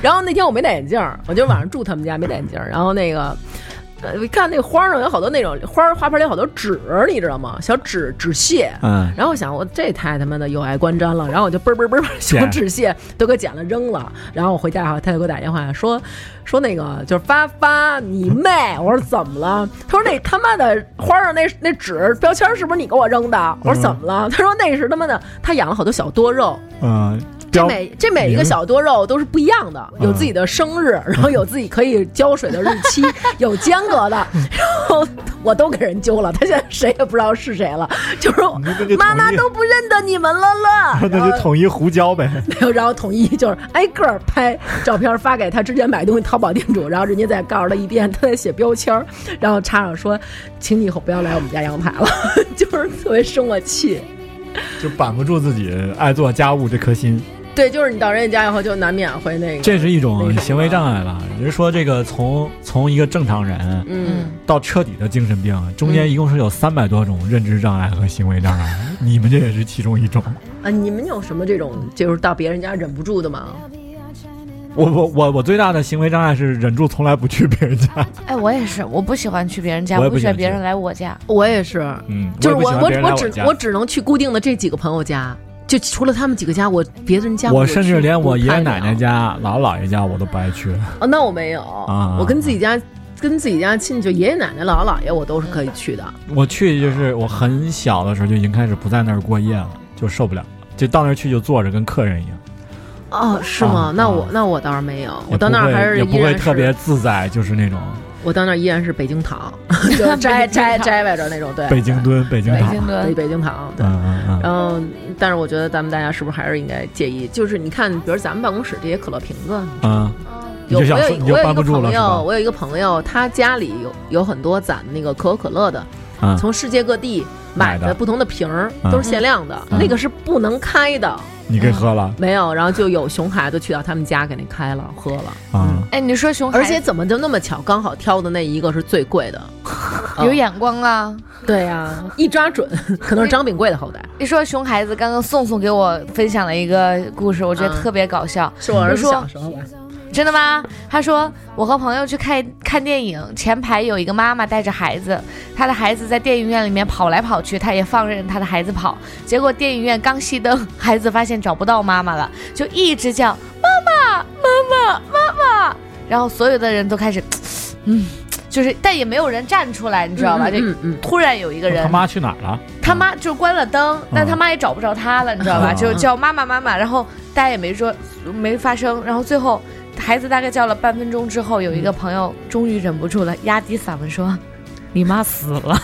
然后那天我没戴眼镜儿，我今儿晚上住他们家没戴眼镜儿，然后那个。呃，我一看那个花儿上有好多那种花儿，花盆里有好多纸，你知道吗？小纸纸屑。
嗯，
然后我想，我这太他妈的有碍观瞻了。然后我就嘣儿嘣儿嘣儿把小
捡
纸屑都给捡了扔了。然后我回家以后，他就给我打电话说说那个就是发发你妹！我说怎么了？他说那他妈的花儿上那那纸标签儿是不是你给我扔的？我说怎么了？他说那是他妈的他养了好多小多肉，
嗯，
这
标
每这每一个小多肉都是不一样的，有自己的生日，然后有自己可以浇水的日期， 有间隔的，然后我都给人揪了，他现在谁也不知道是谁了，就是我
你这就
妈妈
统一
都不认得你们了 了，然
那就
后
统一胡 椒呗。
没有，然后统一就是挨个哎儿拍照片发给他之前买东西淘宝店主，然后人家再告诉他一遍，他再写标签儿，然后插上说，请你以后不要来我们家阳台了， 就是特别生我气。
就板不住自己爱做家务这颗心，
对，就是你到人家家以后，就难免会那个，
这是一种
那个
行为障碍吧？人说这个从从一个正常人
嗯。
到彻底的精神病，中间一共是有三百多种认知障碍和行为障碍，你们这也是其中一种。
啊，你们有什么这种就是到别人家忍不住的吗？
我我我我最大的行为障碍是忍住从来不去别人家，
哎，我也是，我不喜欢去别人家，
我也
我
不
喜欢
喜欢
别
去
人来我家。
我也是，
嗯，
就是
我也不喜欢
我
别人
我
来我
只
家
我只能去固定的这几个朋友家，就除了他们几个家，我别人家
我
我
甚至
去
连
不啊
我爷
太
爷
了
奶奶家、姥姥姥爷家我都不爱去。
哦，那我没有，
啊
我跟自己家跟自己家亲戚，就爷爷奶奶、姥姥姥爷，我都是可以去的。
我去就是我很小的时候就已经开始不在那儿过夜了，就受不了，就到那儿去就坐着跟客人一样。
哦，是
啊
吗？那我
啊
那我倒是没有，
也
我到
不
那儿
会
还是依
也不会
然
特
是
别自在，就是那种
我到那儿依然是北京躺， 就是摘摘 摘外边那种，对，
北京蹲、北京
北
躺，
京
北
的
北京躺，对。
嗯嗯嗯，
然后，但是我觉得咱们大家是不是还是应该介意？就是你看，比如咱们办公室这些可乐瓶子，
嗯，你
有
就
我
想
有
说你
一
就
我有
搬
一
不
个
住了
朋
是吧
友，？我有一个朋友，他家里有有很多攒那个可口可乐的，
嗯
从世界各地买
买的
的不同的瓶儿
嗯
都是限量的，
嗯
那个是不能开的，
你给喝了
没有。然后就有熊孩子去到他们家给那开了喝了，
啊？
哎，你说熊孩
而
子
且怎么就那么巧，刚好挑的那一个是最 贵的，嗯
有眼光啊！
对呀、一抓准， 可能是张炳贵的后代，
一说熊孩子，刚刚宋宋给我分享了一个故事，我觉
嗯
得特别搞笑。
是我儿子
就说
小时候吧。
真的吗？他说我和朋友去看看电影，前排有一个妈妈带着孩子，她的孩子在电影院里面跑来跑去，她也放任她的孩子跑。结果电影院刚熄灯，孩子发现找不到妈妈了，就一直叫妈妈妈妈妈妈，然后所有的人都开始，嗯，就是但也没有人站出来，你知道吧？就
嗯嗯
突然有一个人，
他妈去哪儿了？
他妈就关了灯，但他妈也找不着他了，你知道吧？
嗯
就叫妈妈妈妈，然后大家也没说没发声，然后最后孩子大概叫了半分钟之后，有
嗯
一个朋友终于忍不住了，压低嗓门说。
你妈死 了，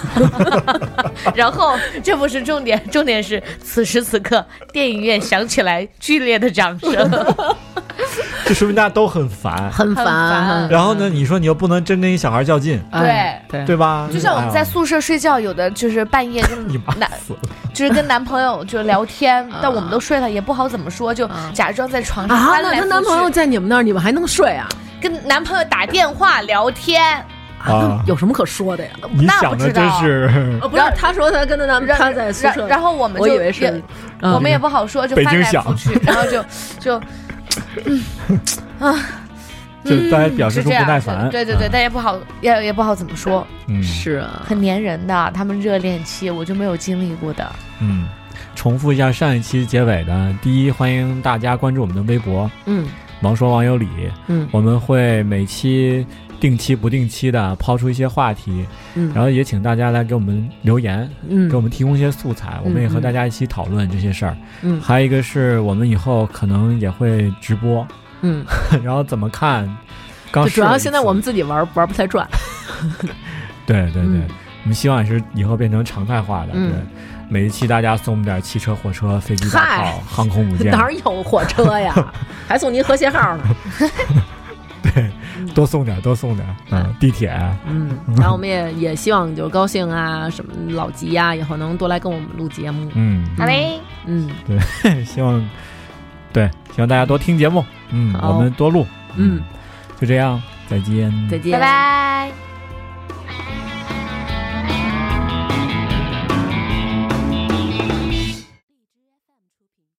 然后这不是重点，重点是此时此刻电影院响起来剧烈的掌 声。
这说明大家都很烦
嗯，。很
很
烦
烦。
然后呢，你说你又不能真跟一小孩较劲，
哎对
对吧？
就像我们在
哎呀
宿舍睡觉，有的就是半夜跟
你妈
男
死了，啊
就是跟男朋友就聊天，但我们都睡了，也不好怎么说，就
啊
假装在床上
啊，
翻
那
来
她
覆
男朋友
去，
在你们那儿，你们还能睡啊？
跟男朋友打电话聊天。
啊
有什么可说的呀？
你
那
想
不
的
知
真
道
是
哦，不是，她说她跟她男
然
她在宿舍，
然然后我们
我
就
以为是
也
嗯
我们也不好说，就
北
翻
京
来
响
覆去，然后 就就嗯啊
就大家表示
是
出不
这样，
耐烦，
对对对，但也不好也也不好怎么说，
嗯
是啊，
很粘人的。他们热恋期我就没有经历过的，
嗯。重复一下上一期结尾的第一，欢迎大家关注我们的微博
嗯
“王说王有理”，
嗯
我们会每期定期不定期的抛出一些话题，然
嗯
后也请大家来给我们留言，给我
嗯
们提供一些素材，我们也和
嗯
大家一起讨论这些事儿。
嗯
还有一个是我们以后可能也会直播，
嗯，
然后怎么看？刚
就
试
主
了
要
一
现在
次
我们自己玩玩不太转，
对对对，
嗯
我们希望也是以后变成常态化的。
嗯
对，每一期大家送我们点汽车、火车、飞机、大
嗨
炮、航空母 舰，
哪儿有火车呀？ 还送您和谐号呢。
多送点，多送点。嗯，地铁，
嗯，然后我们也也希望就是高兴啊，什么老吉呀、以后能多来跟我们录节目。
嗯，
好嘞，
嗯
希望对，希望大家多听节目，嗯，
好
我们多录，
嗯，
就这样，再见，
再见，
拜拜。